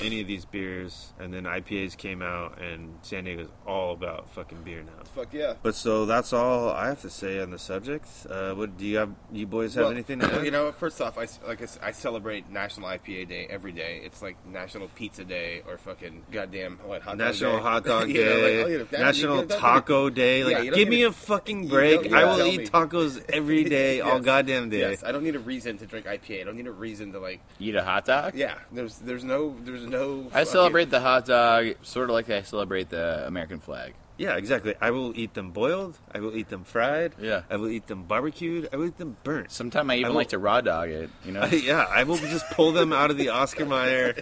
Speaker 2: any of these beers, and then IPAs came out, and San Diego's all about fucking beer now.
Speaker 1: Fuck yeah.
Speaker 2: But so that's all I have to say on the subject. Uh, what do you have? You boys have
Speaker 1: Well,
Speaker 2: anything to add?
Speaker 1: You know, first off, I s- like I, s- I celebrate National IPA Day every day. It's like National Pizza Day or fucking goddamn what hot dog
Speaker 2: National
Speaker 1: day.
Speaker 2: Hot Dog
Speaker 1: You know, like,
Speaker 2: Day,
Speaker 1: oh, you know, that-
Speaker 2: National
Speaker 1: you know,
Speaker 2: Taco Day.
Speaker 1: Yeah,
Speaker 2: Like,
Speaker 1: you don't
Speaker 2: give
Speaker 1: need
Speaker 2: me
Speaker 1: to-
Speaker 2: a fucking
Speaker 1: you
Speaker 2: break.
Speaker 1: don't-
Speaker 2: I
Speaker 1: yeah,
Speaker 2: will
Speaker 1: tell
Speaker 2: eat
Speaker 1: me.
Speaker 2: tacos every day, all
Speaker 1: Yes.
Speaker 2: goddamn day.
Speaker 1: Yes, I don't need a reason to drink IPA. I don't need a reason to like.
Speaker 3: Eat a hot dog?
Speaker 1: Yeah, there's there's no there's no.
Speaker 3: I
Speaker 1: fucking-
Speaker 3: celebrate the hot dog sort of like I celebrate the American flag.
Speaker 2: Yeah, exactly. I will eat them boiled. I will eat them fried.
Speaker 3: Yeah.
Speaker 2: I will eat them barbecued. I will eat them burnt.
Speaker 3: Sometimes I even
Speaker 2: will-
Speaker 3: like to raw dog it, you know?
Speaker 2: yeah, I will just pull them out of the Oscar Mayer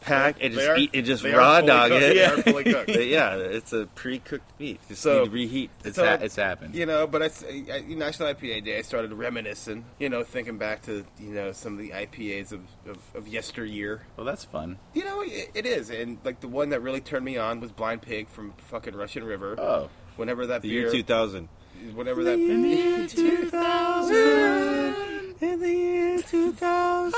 Speaker 2: pack and
Speaker 1: They
Speaker 2: just
Speaker 1: are-
Speaker 2: eat and just
Speaker 1: they
Speaker 2: raw
Speaker 1: are fully
Speaker 2: dog
Speaker 1: cooked.
Speaker 2: it.
Speaker 1: They are fully cooked.
Speaker 2: But yeah, it's a pre-cooked meat. Just
Speaker 1: So-
Speaker 2: need to reheat.
Speaker 3: It's,
Speaker 1: So-
Speaker 3: ha- it's happened.
Speaker 1: You know, but I, s- I- I- National IPA Day, I started reminiscing. You know, thinking back to you know some of the IPAs of of, of yesteryear.
Speaker 3: Well, that's fun.
Speaker 1: You know, it, it is, and like the one that really turned me on was Blind Pig from fucking Russian River.
Speaker 3: Oh.
Speaker 1: Whenever that
Speaker 2: The
Speaker 1: beer,
Speaker 2: year 2000.
Speaker 1: whenever that beer,
Speaker 2: year 2000. In the year 2000.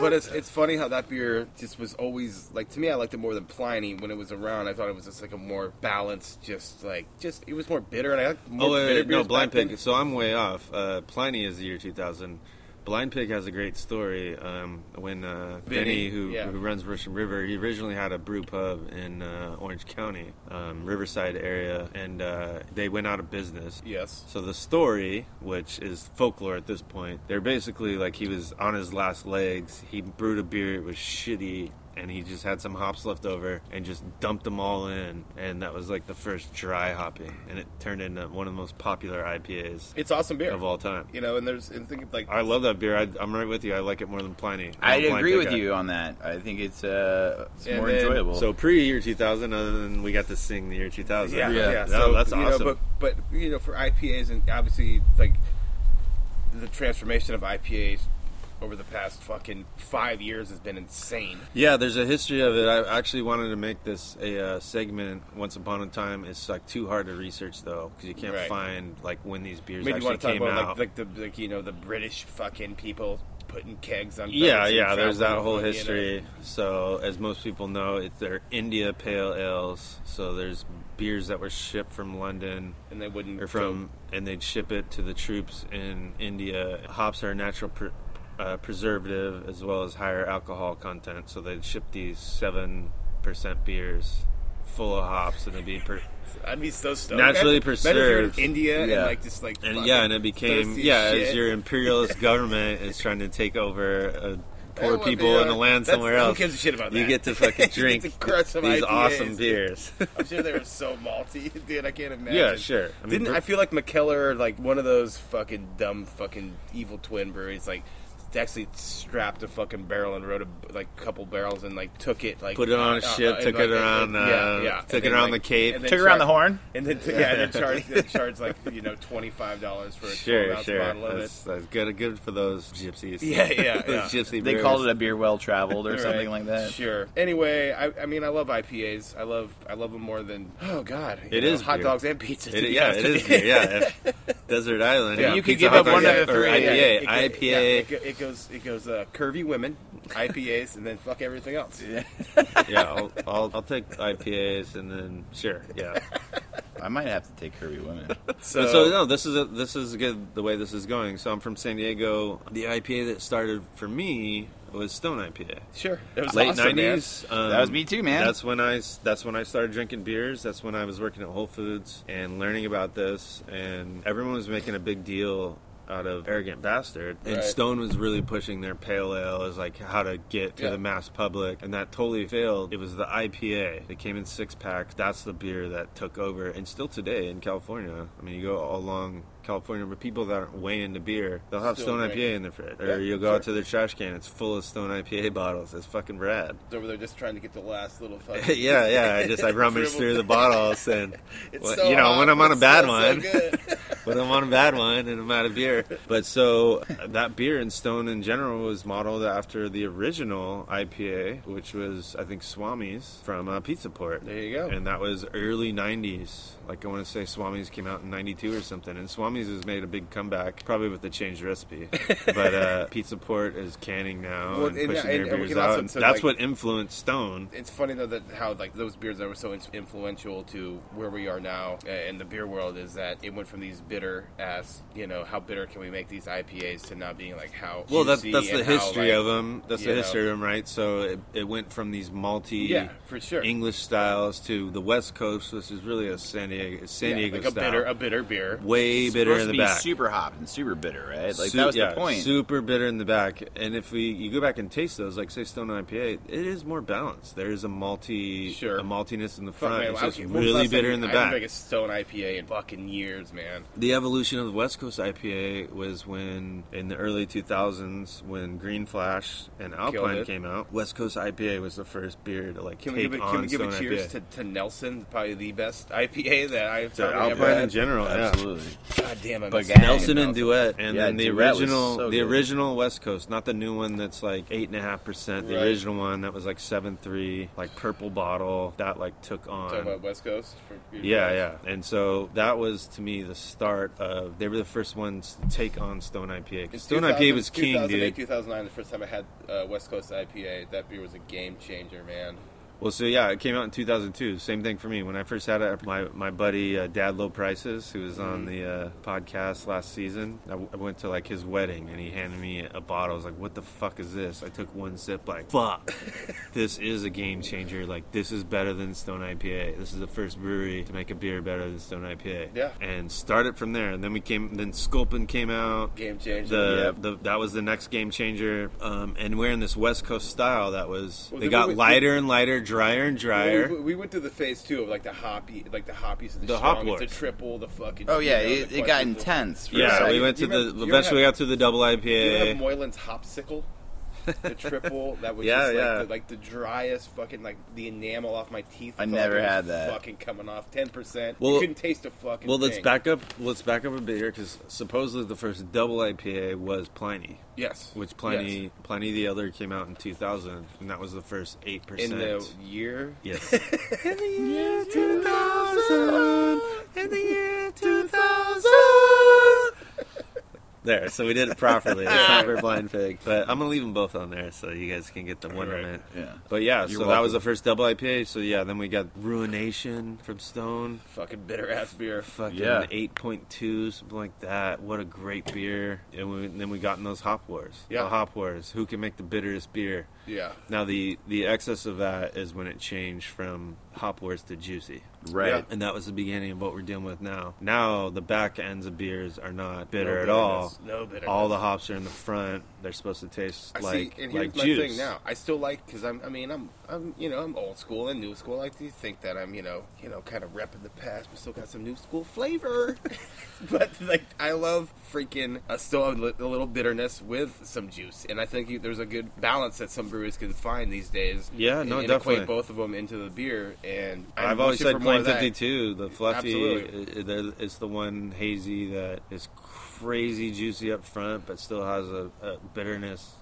Speaker 1: but it's it's funny how that beer just was always like to me. I liked it more than Pliny when it was around. I thought it was just like a more balanced, just like just it was more bitter, and I liked more
Speaker 2: Oh, wait,
Speaker 1: bitter
Speaker 2: wait, no,
Speaker 1: beers
Speaker 2: Blind
Speaker 1: back then.
Speaker 2: Pig. So I'm way off. Uh, Pliny is the year 2000. Blind Pig has a great story. Um, when uh,
Speaker 1: Vinny,
Speaker 2: Vinny, who,
Speaker 1: yeah.
Speaker 2: who runs Russian River, he originally had a brew pub in uh, Orange County, um, Riverside area, and uh, they went out of business.
Speaker 1: Yes.
Speaker 2: So the story, which is folklore at this point, they're basically like he was on his last legs. He brewed a beer, it was shitty, and he just had some hops left over and just dumped them all in, and that was like the first dry hopping, and it turned into one of the most popular IPAs
Speaker 1: It's awesome beer
Speaker 2: of all time.
Speaker 1: You know, and there's and think of, like
Speaker 2: I love that beer. I, I'm right with you. I like it more than Pliny.
Speaker 3: I
Speaker 2: I'm a blind
Speaker 3: agree with
Speaker 2: pig guy.
Speaker 3: you on that. I think it's, uh, it's
Speaker 1: And
Speaker 3: more
Speaker 1: then-
Speaker 3: enjoyable.
Speaker 2: So pre year 2000, other than we got to sing the year 2000.
Speaker 1: Yeah,
Speaker 3: Yeah.
Speaker 1: yeah.
Speaker 2: No, that's
Speaker 1: you
Speaker 2: awesome.
Speaker 1: Know, but but you know, for IPAs and obviously like the transformation of IPAs over the past fucking five years has been insane.
Speaker 2: Yeah, there's a history of it. I actually wanted to make this a uh, segment once upon a time. It's like too hard to research though, because you can't
Speaker 1: Right.
Speaker 2: find like when these beers
Speaker 1: Maybe you
Speaker 2: actually
Speaker 1: want to talk
Speaker 2: came
Speaker 1: about
Speaker 2: out.
Speaker 1: like, like the like you know the British fucking people putting kegs on.
Speaker 2: yeah,
Speaker 1: boats and
Speaker 2: yeah. There's that
Speaker 1: traveling,
Speaker 2: whole
Speaker 1: you know.
Speaker 2: history. So as most people know, it's their India Pale Ales. So there's beers that were shipped from London
Speaker 1: and they wouldn't
Speaker 2: or from, and they'd ship it to the troops in India. Hops are a natural pr uh, preservative as well as higher alcohol content, so they'd ship these seven percent beers full of hops, and it'd be per-
Speaker 1: go- I'd be so stoked.
Speaker 2: Naturally
Speaker 1: Imagine- imagine if you're in
Speaker 2: preserved.
Speaker 1: India
Speaker 3: Yeah.
Speaker 1: and like just like
Speaker 2: and
Speaker 1: fucking
Speaker 2: yeah, and it became
Speaker 1: thirsty as
Speaker 2: yeah,
Speaker 1: shit.
Speaker 2: as your imperialist government is trying to take over. Uh, Poor
Speaker 1: would be,
Speaker 2: people in
Speaker 1: uh,
Speaker 2: a land
Speaker 1: that's-
Speaker 2: somewhere
Speaker 1: who
Speaker 2: else.
Speaker 1: gives a shit about
Speaker 2: You
Speaker 1: that?
Speaker 2: get to fucking
Speaker 1: You get
Speaker 2: drink
Speaker 1: to crush some
Speaker 2: these awesome
Speaker 1: IPAs.
Speaker 2: beers.
Speaker 1: I'm sure they were so malty, dude. I can't imagine.
Speaker 2: Yeah, sure. I mean,
Speaker 1: Didn't
Speaker 2: Br-
Speaker 1: I feel like McKellar, like one of those fucking dumb, fucking evil twin breweries, like actually strapped a fucking barrel and rode a, like a couple barrels and like took it like uh,
Speaker 2: Put it on a ship,
Speaker 1: and,
Speaker 2: took it around,
Speaker 1: and-
Speaker 2: uh, took
Speaker 1: and
Speaker 2: it
Speaker 1: then,
Speaker 2: around the Cape.
Speaker 1: and then
Speaker 3: Took around
Speaker 1: charged-
Speaker 3: the horn?
Speaker 1: and then yeah, and then charged then charged like you know twenty five dollars for a
Speaker 2: Sure,
Speaker 1: 12 ounce
Speaker 2: sure.
Speaker 1: bottle of it.
Speaker 2: That's, that's good. Good for those gypsies.
Speaker 1: Yeah, yeah,
Speaker 2: those
Speaker 1: yeah.
Speaker 2: gypsy.
Speaker 3: They called it a beer well traveled or something like that.
Speaker 1: Sure. Anyway, I, I mean, I love IPAs. I love I love them more than oh god, you
Speaker 2: It
Speaker 1: know,
Speaker 2: is
Speaker 1: hot
Speaker 2: beer.
Speaker 1: dogs and pizza. to
Speaker 2: It,
Speaker 1: be
Speaker 2: yeah,
Speaker 1: honest
Speaker 2: it
Speaker 1: with
Speaker 2: is
Speaker 1: you.
Speaker 2: beer. Yeah, if- Desert Island.
Speaker 1: Yeah.
Speaker 2: yeah,
Speaker 1: You
Speaker 3: could
Speaker 2: Pizza
Speaker 3: give
Speaker 2: Hut
Speaker 3: up one
Speaker 2: dog,
Speaker 3: of the
Speaker 2: or
Speaker 3: three.
Speaker 1: Yeah, it
Speaker 2: IPA.
Speaker 1: go- yeah,
Speaker 2: IPA.
Speaker 1: it go- it goes. It goes. Uh, curvy women, IPAs, and then fuck everything else.
Speaker 2: Yeah, I'll, I'll, I'll take IPAs and then sure. Yeah.
Speaker 3: I might have to take Kirby Women.
Speaker 1: So,
Speaker 2: so no, this is a, this is good the way this is going. So I'm from San Diego. The IPA that started for me was Stone IPA.
Speaker 1: sure, it was
Speaker 2: Late
Speaker 1: awesome, man.
Speaker 2: nineties. um,
Speaker 3: That was me too, man.
Speaker 2: That's when I s- that's when I started drinking beers. That's when I was working at Whole Foods and learning about this. And everyone was making a big deal out of arrogant bastard. And
Speaker 1: Right.
Speaker 2: Stone was really pushing their pale ale as like how to get to
Speaker 1: Yeah.
Speaker 2: the mass public, and that totally failed. It was the IPA. They came in six packs. That's the beer that took over, and still today in California. I mean, you go all along. California, but people that aren't way into beer, they'll have
Speaker 1: Still
Speaker 2: Stone
Speaker 1: drink.
Speaker 2: IPA in their fridge, or
Speaker 1: Yeah,
Speaker 2: you'll go out
Speaker 1: sure.
Speaker 2: to their trash can. It's full of Stone IPA bottles. It's fucking rad.
Speaker 1: Over there, just trying to get the last little fucking.
Speaker 2: yeah, yeah. I just I rummage through the bottles and
Speaker 1: It's
Speaker 2: well,
Speaker 1: so
Speaker 2: you know
Speaker 1: hot,
Speaker 2: when I'm on
Speaker 1: but
Speaker 2: a
Speaker 1: it
Speaker 2: bad one,
Speaker 1: smells so good.
Speaker 2: when I'm on a bad one and I'm out of beer. But so that beer and Stone in general was modeled after the original IPA, which was I think Swami's from uh, Pizza Port.
Speaker 1: There you go.
Speaker 2: And that was early '90s. Like I want to say Swami's came out in '92 or something. And Swami's has made a big comeback, probably with the changed recipe. but uh, Pizza Port is canning now
Speaker 1: Well,
Speaker 2: and
Speaker 1: and-
Speaker 2: pushing
Speaker 1: and- and
Speaker 2: their
Speaker 1: we
Speaker 2: beers
Speaker 1: can also-
Speaker 2: out. And
Speaker 1: so,
Speaker 2: that's
Speaker 1: like-
Speaker 2: what influenced Stone.
Speaker 1: it's funny though that how like those beers that were so in- influential to where we are now uh, in the beer world is that it went from these bitter ass you know how bitter can we make these IPAs to now being like how
Speaker 2: Well, that's
Speaker 1: juicy
Speaker 2: that's the
Speaker 1: and how,
Speaker 2: history
Speaker 1: like-
Speaker 2: of 'em. of them. That's
Speaker 1: you
Speaker 2: the
Speaker 1: know.
Speaker 2: history of them, right? So it, it went from these malty,
Speaker 1: Yeah, for sure.
Speaker 2: English styles to the West Coast, which is really a San Diego, San
Speaker 1: yeah,
Speaker 2: Diego
Speaker 1: like a
Speaker 2: style,
Speaker 1: bitter a bitter beer
Speaker 2: way bitter
Speaker 3: Supposed
Speaker 2: in
Speaker 3: to
Speaker 2: the
Speaker 3: be
Speaker 2: back.
Speaker 3: super hopped and super bitter, right? Like
Speaker 2: Su-
Speaker 3: that was
Speaker 2: yeah,
Speaker 3: the point.
Speaker 2: Super bitter in the back, and if we you go back and taste those, like say Stone IPA, it is more balanced. There is a malty,
Speaker 1: Sure.
Speaker 2: a maltiness in the
Speaker 1: Fuck,
Speaker 2: front.
Speaker 1: man,
Speaker 2: it's
Speaker 1: I-
Speaker 2: just
Speaker 1: when was the
Speaker 2: really
Speaker 1: last time
Speaker 2: bitter
Speaker 1: you-
Speaker 2: in the
Speaker 1: I
Speaker 2: back.
Speaker 1: haven't drank a Stone IPA in fucking years, man.
Speaker 2: The evolution of the West Coast IPA was when, in the early 2000s, when Green Flash and Alpine
Speaker 1: it.
Speaker 2: came out, West Coast IPA was the first beer to like
Speaker 1: Can we
Speaker 2: take
Speaker 1: give a,
Speaker 2: on
Speaker 1: can we give a
Speaker 2: Stone
Speaker 1: cheers
Speaker 2: IPA.
Speaker 1: to, to Nelson, probably the best IPA that I've
Speaker 2: So
Speaker 1: probably
Speaker 2: Alpine
Speaker 1: ever
Speaker 2: in
Speaker 1: had.
Speaker 2: general, yeah.
Speaker 3: Absolutely.
Speaker 1: God damn it,
Speaker 3: But
Speaker 1: Nelson.
Speaker 2: Nelson and Duet, and
Speaker 3: Yeah,
Speaker 2: then the
Speaker 3: Duet was
Speaker 2: original,
Speaker 3: so
Speaker 2: the
Speaker 3: good.
Speaker 2: original West Coast, not the new one that's like eight and a half percent. The
Speaker 1: Right.
Speaker 2: original one that was like seven three, like purple bottle that like took on.
Speaker 1: Talking about West Coast. For
Speaker 2: Yeah, yeah. And so that was to me the start of they were the first ones to take on Stone IPA. 'Cause Stone IPA was king,
Speaker 1: 2008,
Speaker 2: dude.
Speaker 1: 2009, the first time I had uh, West Coast IPA, that beer was a game changer, man.
Speaker 2: Well, so yeah, it came out in 2002. Same thing for me. When I first had it, my my buddy uh, Dad Low Prices, who was on the uh, podcast last season, I, w- I went to like his wedding and he handed me a bottle. I was like, "What the fuck is this?" I took one sip, like, "Fuck, this is a game changer. Like, this is better than Stone IPA. This is the first brewery to make a beer better than Stone IPA."
Speaker 1: Yeah.
Speaker 2: and started from there. And then we came. Then Sculpin came out.
Speaker 1: Game changer.
Speaker 2: The,
Speaker 3: Yep.
Speaker 2: the that was the next game changer, um, and we're in this West Coast style that was
Speaker 1: Well,
Speaker 2: they
Speaker 1: then
Speaker 2: got
Speaker 1: we- we-
Speaker 2: lighter and lighter, drier and drier.
Speaker 1: We, we went through the phase two of like the hoppy, like the hoppies, the,
Speaker 2: The hop
Speaker 1: strongest,
Speaker 2: wars.
Speaker 1: the triple, the fucking.
Speaker 3: Oh yeah,
Speaker 1: you know,
Speaker 3: it,
Speaker 1: the
Speaker 3: it got
Speaker 1: quadruple.
Speaker 3: intense. For a
Speaker 2: yeah,
Speaker 3: second.
Speaker 2: we went
Speaker 1: You
Speaker 2: to
Speaker 1: remember-
Speaker 2: the
Speaker 1: you ever
Speaker 2: eventually
Speaker 1: had-
Speaker 2: got to the double
Speaker 1: You have
Speaker 2: IPA.
Speaker 1: Moylan's Hopsicle, the triple that was
Speaker 2: Yeah,
Speaker 1: just like,
Speaker 2: yeah.
Speaker 1: The, like the driest fucking like the enamel off my teeth.
Speaker 3: I
Speaker 1: felt
Speaker 3: never
Speaker 1: like it was
Speaker 3: had that.
Speaker 1: Fucking coming off ten percent.
Speaker 2: Well-
Speaker 1: you couldn't taste a fucking.
Speaker 2: Well, let's
Speaker 1: thing.
Speaker 2: back up. Let's back up a bit here because supposedly the first double IPA was Pliny,
Speaker 1: Yes,
Speaker 2: which Pliny
Speaker 1: Yes.
Speaker 2: Pliny the Elder came out in 2000, and that was the first eight percent.
Speaker 1: in the year.
Speaker 2: Yes. in the year 2000. In the year 2000. There, so we did it properly. It's not for blind pig, but I'm gonna leave them both on there so you guys can get the wonderment.
Speaker 3: Yeah.
Speaker 2: But yeah, so
Speaker 3: You're
Speaker 2: that
Speaker 3: welcome.
Speaker 2: was the first double IPA. So yeah, then we got Ruination from Stone,
Speaker 1: Fucking bitter ass beer.
Speaker 2: fucking
Speaker 3: Yeah.
Speaker 2: 8.2, something like that. What a great beer! And, we, and then we got in those hop wars.
Speaker 1: Yeah.
Speaker 2: The hop wars. Who can make the bitterest beer?
Speaker 1: Yeah.
Speaker 2: Now the the excess of that is when it changed from hop wars to juicy.
Speaker 3: Right.
Speaker 2: And that was the beginning of what we're dealing with now. Now the back ends of beers are not bitter
Speaker 1: No
Speaker 2: at all.
Speaker 1: bitterness, no bitterness.
Speaker 2: All the hops are in the front. They're supposed to taste
Speaker 1: I
Speaker 2: like
Speaker 1: see, and here's
Speaker 2: like
Speaker 1: my
Speaker 2: juice.
Speaker 1: thing now. I still like because I'm. I mean, I'm. I'm. You know, I'm old school and new school. I like to think that I'm. You know, you know, kind of repping the past, but still got some new school flavor. but like, I love freaking. I still have a li- a little bitterness with some juice, and I think you, there's a good balance that some breweries can find these days.
Speaker 2: Yeah, no,
Speaker 1: and, and
Speaker 2: definitely.
Speaker 1: equate both of them into the beer, and I'm
Speaker 2: I've always
Speaker 1: wishing
Speaker 2: said
Speaker 1: for more
Speaker 2: Plan
Speaker 1: of that.
Speaker 2: 52, the fluffy,
Speaker 1: Absolutely.
Speaker 2: i- i- the- it's the one hazy that is crazy juicy up front, but still has a, a bitterness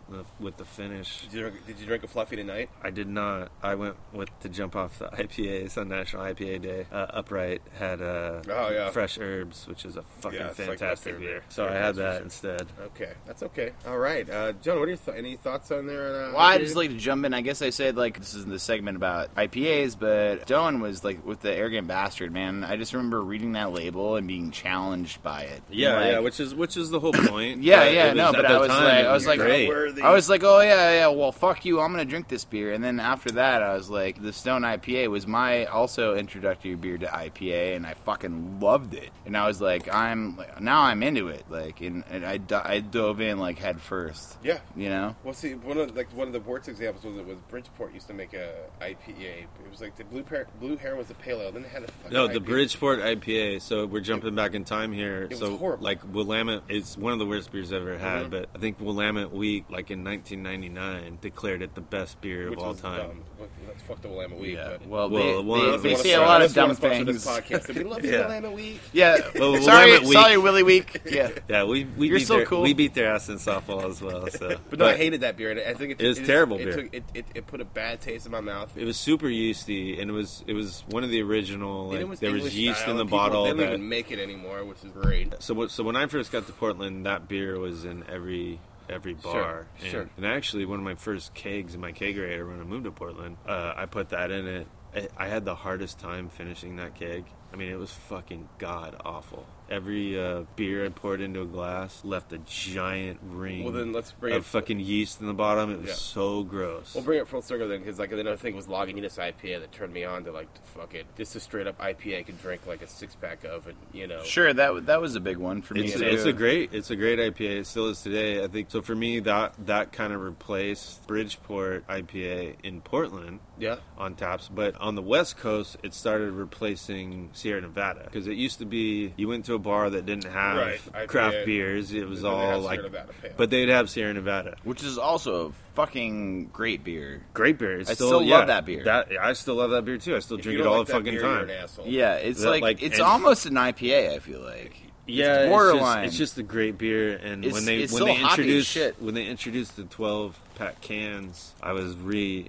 Speaker 2: with the finish.
Speaker 1: Did you, drink, did you drink a fluffy tonight?
Speaker 2: I did not. I went with to jump off the IPAs on National IPA Day. Uh, Upright had uh,
Speaker 1: Oh, yeah.
Speaker 2: fresh herbs, which is a fucking
Speaker 1: Yeah, it's like my
Speaker 2: fantastic
Speaker 1: favorite.
Speaker 2: beer. So
Speaker 1: Yeah,
Speaker 2: I had
Speaker 1: that's
Speaker 2: that
Speaker 1: for
Speaker 2: instead.
Speaker 1: Okay, that's okay. All right, uh, John. What are your th- any thoughts on there? Uh,
Speaker 3: Well, I just like to jump in. I guess I said like this isn't the segment about IPAs, but Doan was like with the arrogant bastard man. I just remember reading that label and being challenged by it.
Speaker 2: Yeah,
Speaker 3: Like,
Speaker 2: yeah, which is which is the whole point.
Speaker 3: yeah,
Speaker 2: But
Speaker 3: yeah,
Speaker 2: it
Speaker 3: no,
Speaker 2: at
Speaker 3: but
Speaker 2: the
Speaker 3: I was
Speaker 2: time,
Speaker 3: like, I was
Speaker 2: you're
Speaker 3: like,
Speaker 2: great.
Speaker 1: worthy.
Speaker 3: I was like, oh yeah, yeah, well, fuck you, I'm gonna drink this beer. And then after that, I was like, the Stone IPA was my also introductory beer to IPA, and I fucking loved it. And I was like, I'm now I'm into it, like, and, and I do- I dove in like head first,
Speaker 1: yeah.
Speaker 3: you know.
Speaker 1: Well, see, one of like one of the worst examples was it was Bridgeport used to make a IPA. It was like the blue par- blue hair was a pale ale, then it had a fucking
Speaker 2: No, the
Speaker 1: IPA.
Speaker 2: Bridgeport IPA. So we're jumping back in time here.
Speaker 1: was
Speaker 2: so
Speaker 1: horrible.
Speaker 2: like Willamette is one of the worst beers I've ever had,
Speaker 1: Mhm.
Speaker 2: but I think Willamette Week, like in 1999, declared it the best beer
Speaker 1: which
Speaker 2: of all
Speaker 1: was
Speaker 2: time.
Speaker 1: dumb. Look, Let's fuck the Willamette Week.
Speaker 3: Yeah.
Speaker 1: but-
Speaker 3: Well,
Speaker 2: Well,
Speaker 3: they,
Speaker 2: one
Speaker 3: they-
Speaker 2: of
Speaker 3: they
Speaker 2: the-
Speaker 3: say a
Speaker 2: Sorry,
Speaker 1: I
Speaker 3: lot of
Speaker 1: just wanna
Speaker 3: dumb
Speaker 1: sponsor
Speaker 3: things.
Speaker 1: This podcast. and we love
Speaker 2: Yeah.
Speaker 1: Willamette Week.
Speaker 3: Yeah.
Speaker 2: Well, well,
Speaker 3: sorry,
Speaker 2: Willamette Week-
Speaker 3: sorry, Willy Week. Yeah.
Speaker 2: Yeah, we we
Speaker 3: You're
Speaker 2: beat
Speaker 3: so
Speaker 2: their,
Speaker 3: cool.
Speaker 2: we beat their ass in softball as well. So,
Speaker 1: But no, I hated that beer. and I think it,
Speaker 2: It was
Speaker 1: just-
Speaker 2: terrible
Speaker 1: It,
Speaker 2: beer.
Speaker 1: took, it, it it put a bad taste in my mouth.
Speaker 2: It was super yeasty, and it was it was one of the original. Like,
Speaker 1: And it was
Speaker 2: there was
Speaker 1: English
Speaker 2: yeast
Speaker 1: style,
Speaker 2: in the
Speaker 1: and people-
Speaker 2: bottle.
Speaker 1: They don't
Speaker 2: that-
Speaker 1: even make it anymore, which is great.
Speaker 2: so what- so when I first got to Portland, that beer was in every every bar. and,
Speaker 1: sure.
Speaker 2: And actually, one of my first kegs in my kegerator when I moved to Portland, uh, I put that in it. I, I had the hardest time finishing that keg. I mean, it was fucking god awful. Every uh, beer I poured into a glass left a giant ring.
Speaker 1: Well, then let's bring
Speaker 2: of
Speaker 1: it-
Speaker 2: fucking yeast in the bottom. It was
Speaker 1: Yeah.
Speaker 2: so gross.
Speaker 1: We'll bring it full circle then, because like another thing was Lagunitas IPA that turned me on to like fuck it. Just a straight up IPA I could drink like a six pack of, and you know,
Speaker 3: Sure, that w- that was a big one for me.
Speaker 2: It's,
Speaker 3: too.
Speaker 2: it's a great it's a great IPA. It still is today. I think so. For me, that that kind of replaced Bridgeport IPA in Portland
Speaker 1: yeah.
Speaker 2: on taps. But on the West Coast, it started replacing Sierra Nevada because it used to be you went to a bar that didn't have
Speaker 1: Right, IPA.
Speaker 2: craft beers. It was
Speaker 1: Then they
Speaker 2: all
Speaker 1: have Sierra
Speaker 2: like,
Speaker 1: Nevada Pale.
Speaker 2: but they'd have Sierra Nevada.
Speaker 3: which is also a fucking great beer.
Speaker 2: Great beer. It's
Speaker 3: I
Speaker 2: still,
Speaker 3: still love
Speaker 2: yeah,
Speaker 3: that beer.
Speaker 2: That I still love that beer too. I still
Speaker 1: If
Speaker 2: drink
Speaker 1: you
Speaker 2: it
Speaker 1: don't
Speaker 2: all
Speaker 1: like
Speaker 2: the
Speaker 1: that
Speaker 2: fucking
Speaker 1: beer,
Speaker 2: time.
Speaker 1: You're an asshole.
Speaker 3: Yeah, it's
Speaker 2: That,
Speaker 3: like,
Speaker 2: like,
Speaker 3: it's
Speaker 2: and-
Speaker 3: almost an IPA. I feel like
Speaker 2: Yeah,
Speaker 3: it's borderline.
Speaker 2: It's just, it's just a great beer, and
Speaker 3: It's-
Speaker 2: when they
Speaker 3: it's
Speaker 2: when
Speaker 3: so
Speaker 2: they
Speaker 3: hoppy as
Speaker 2: introduced
Speaker 3: shit.
Speaker 2: when they introduced the twelve pack cans, I was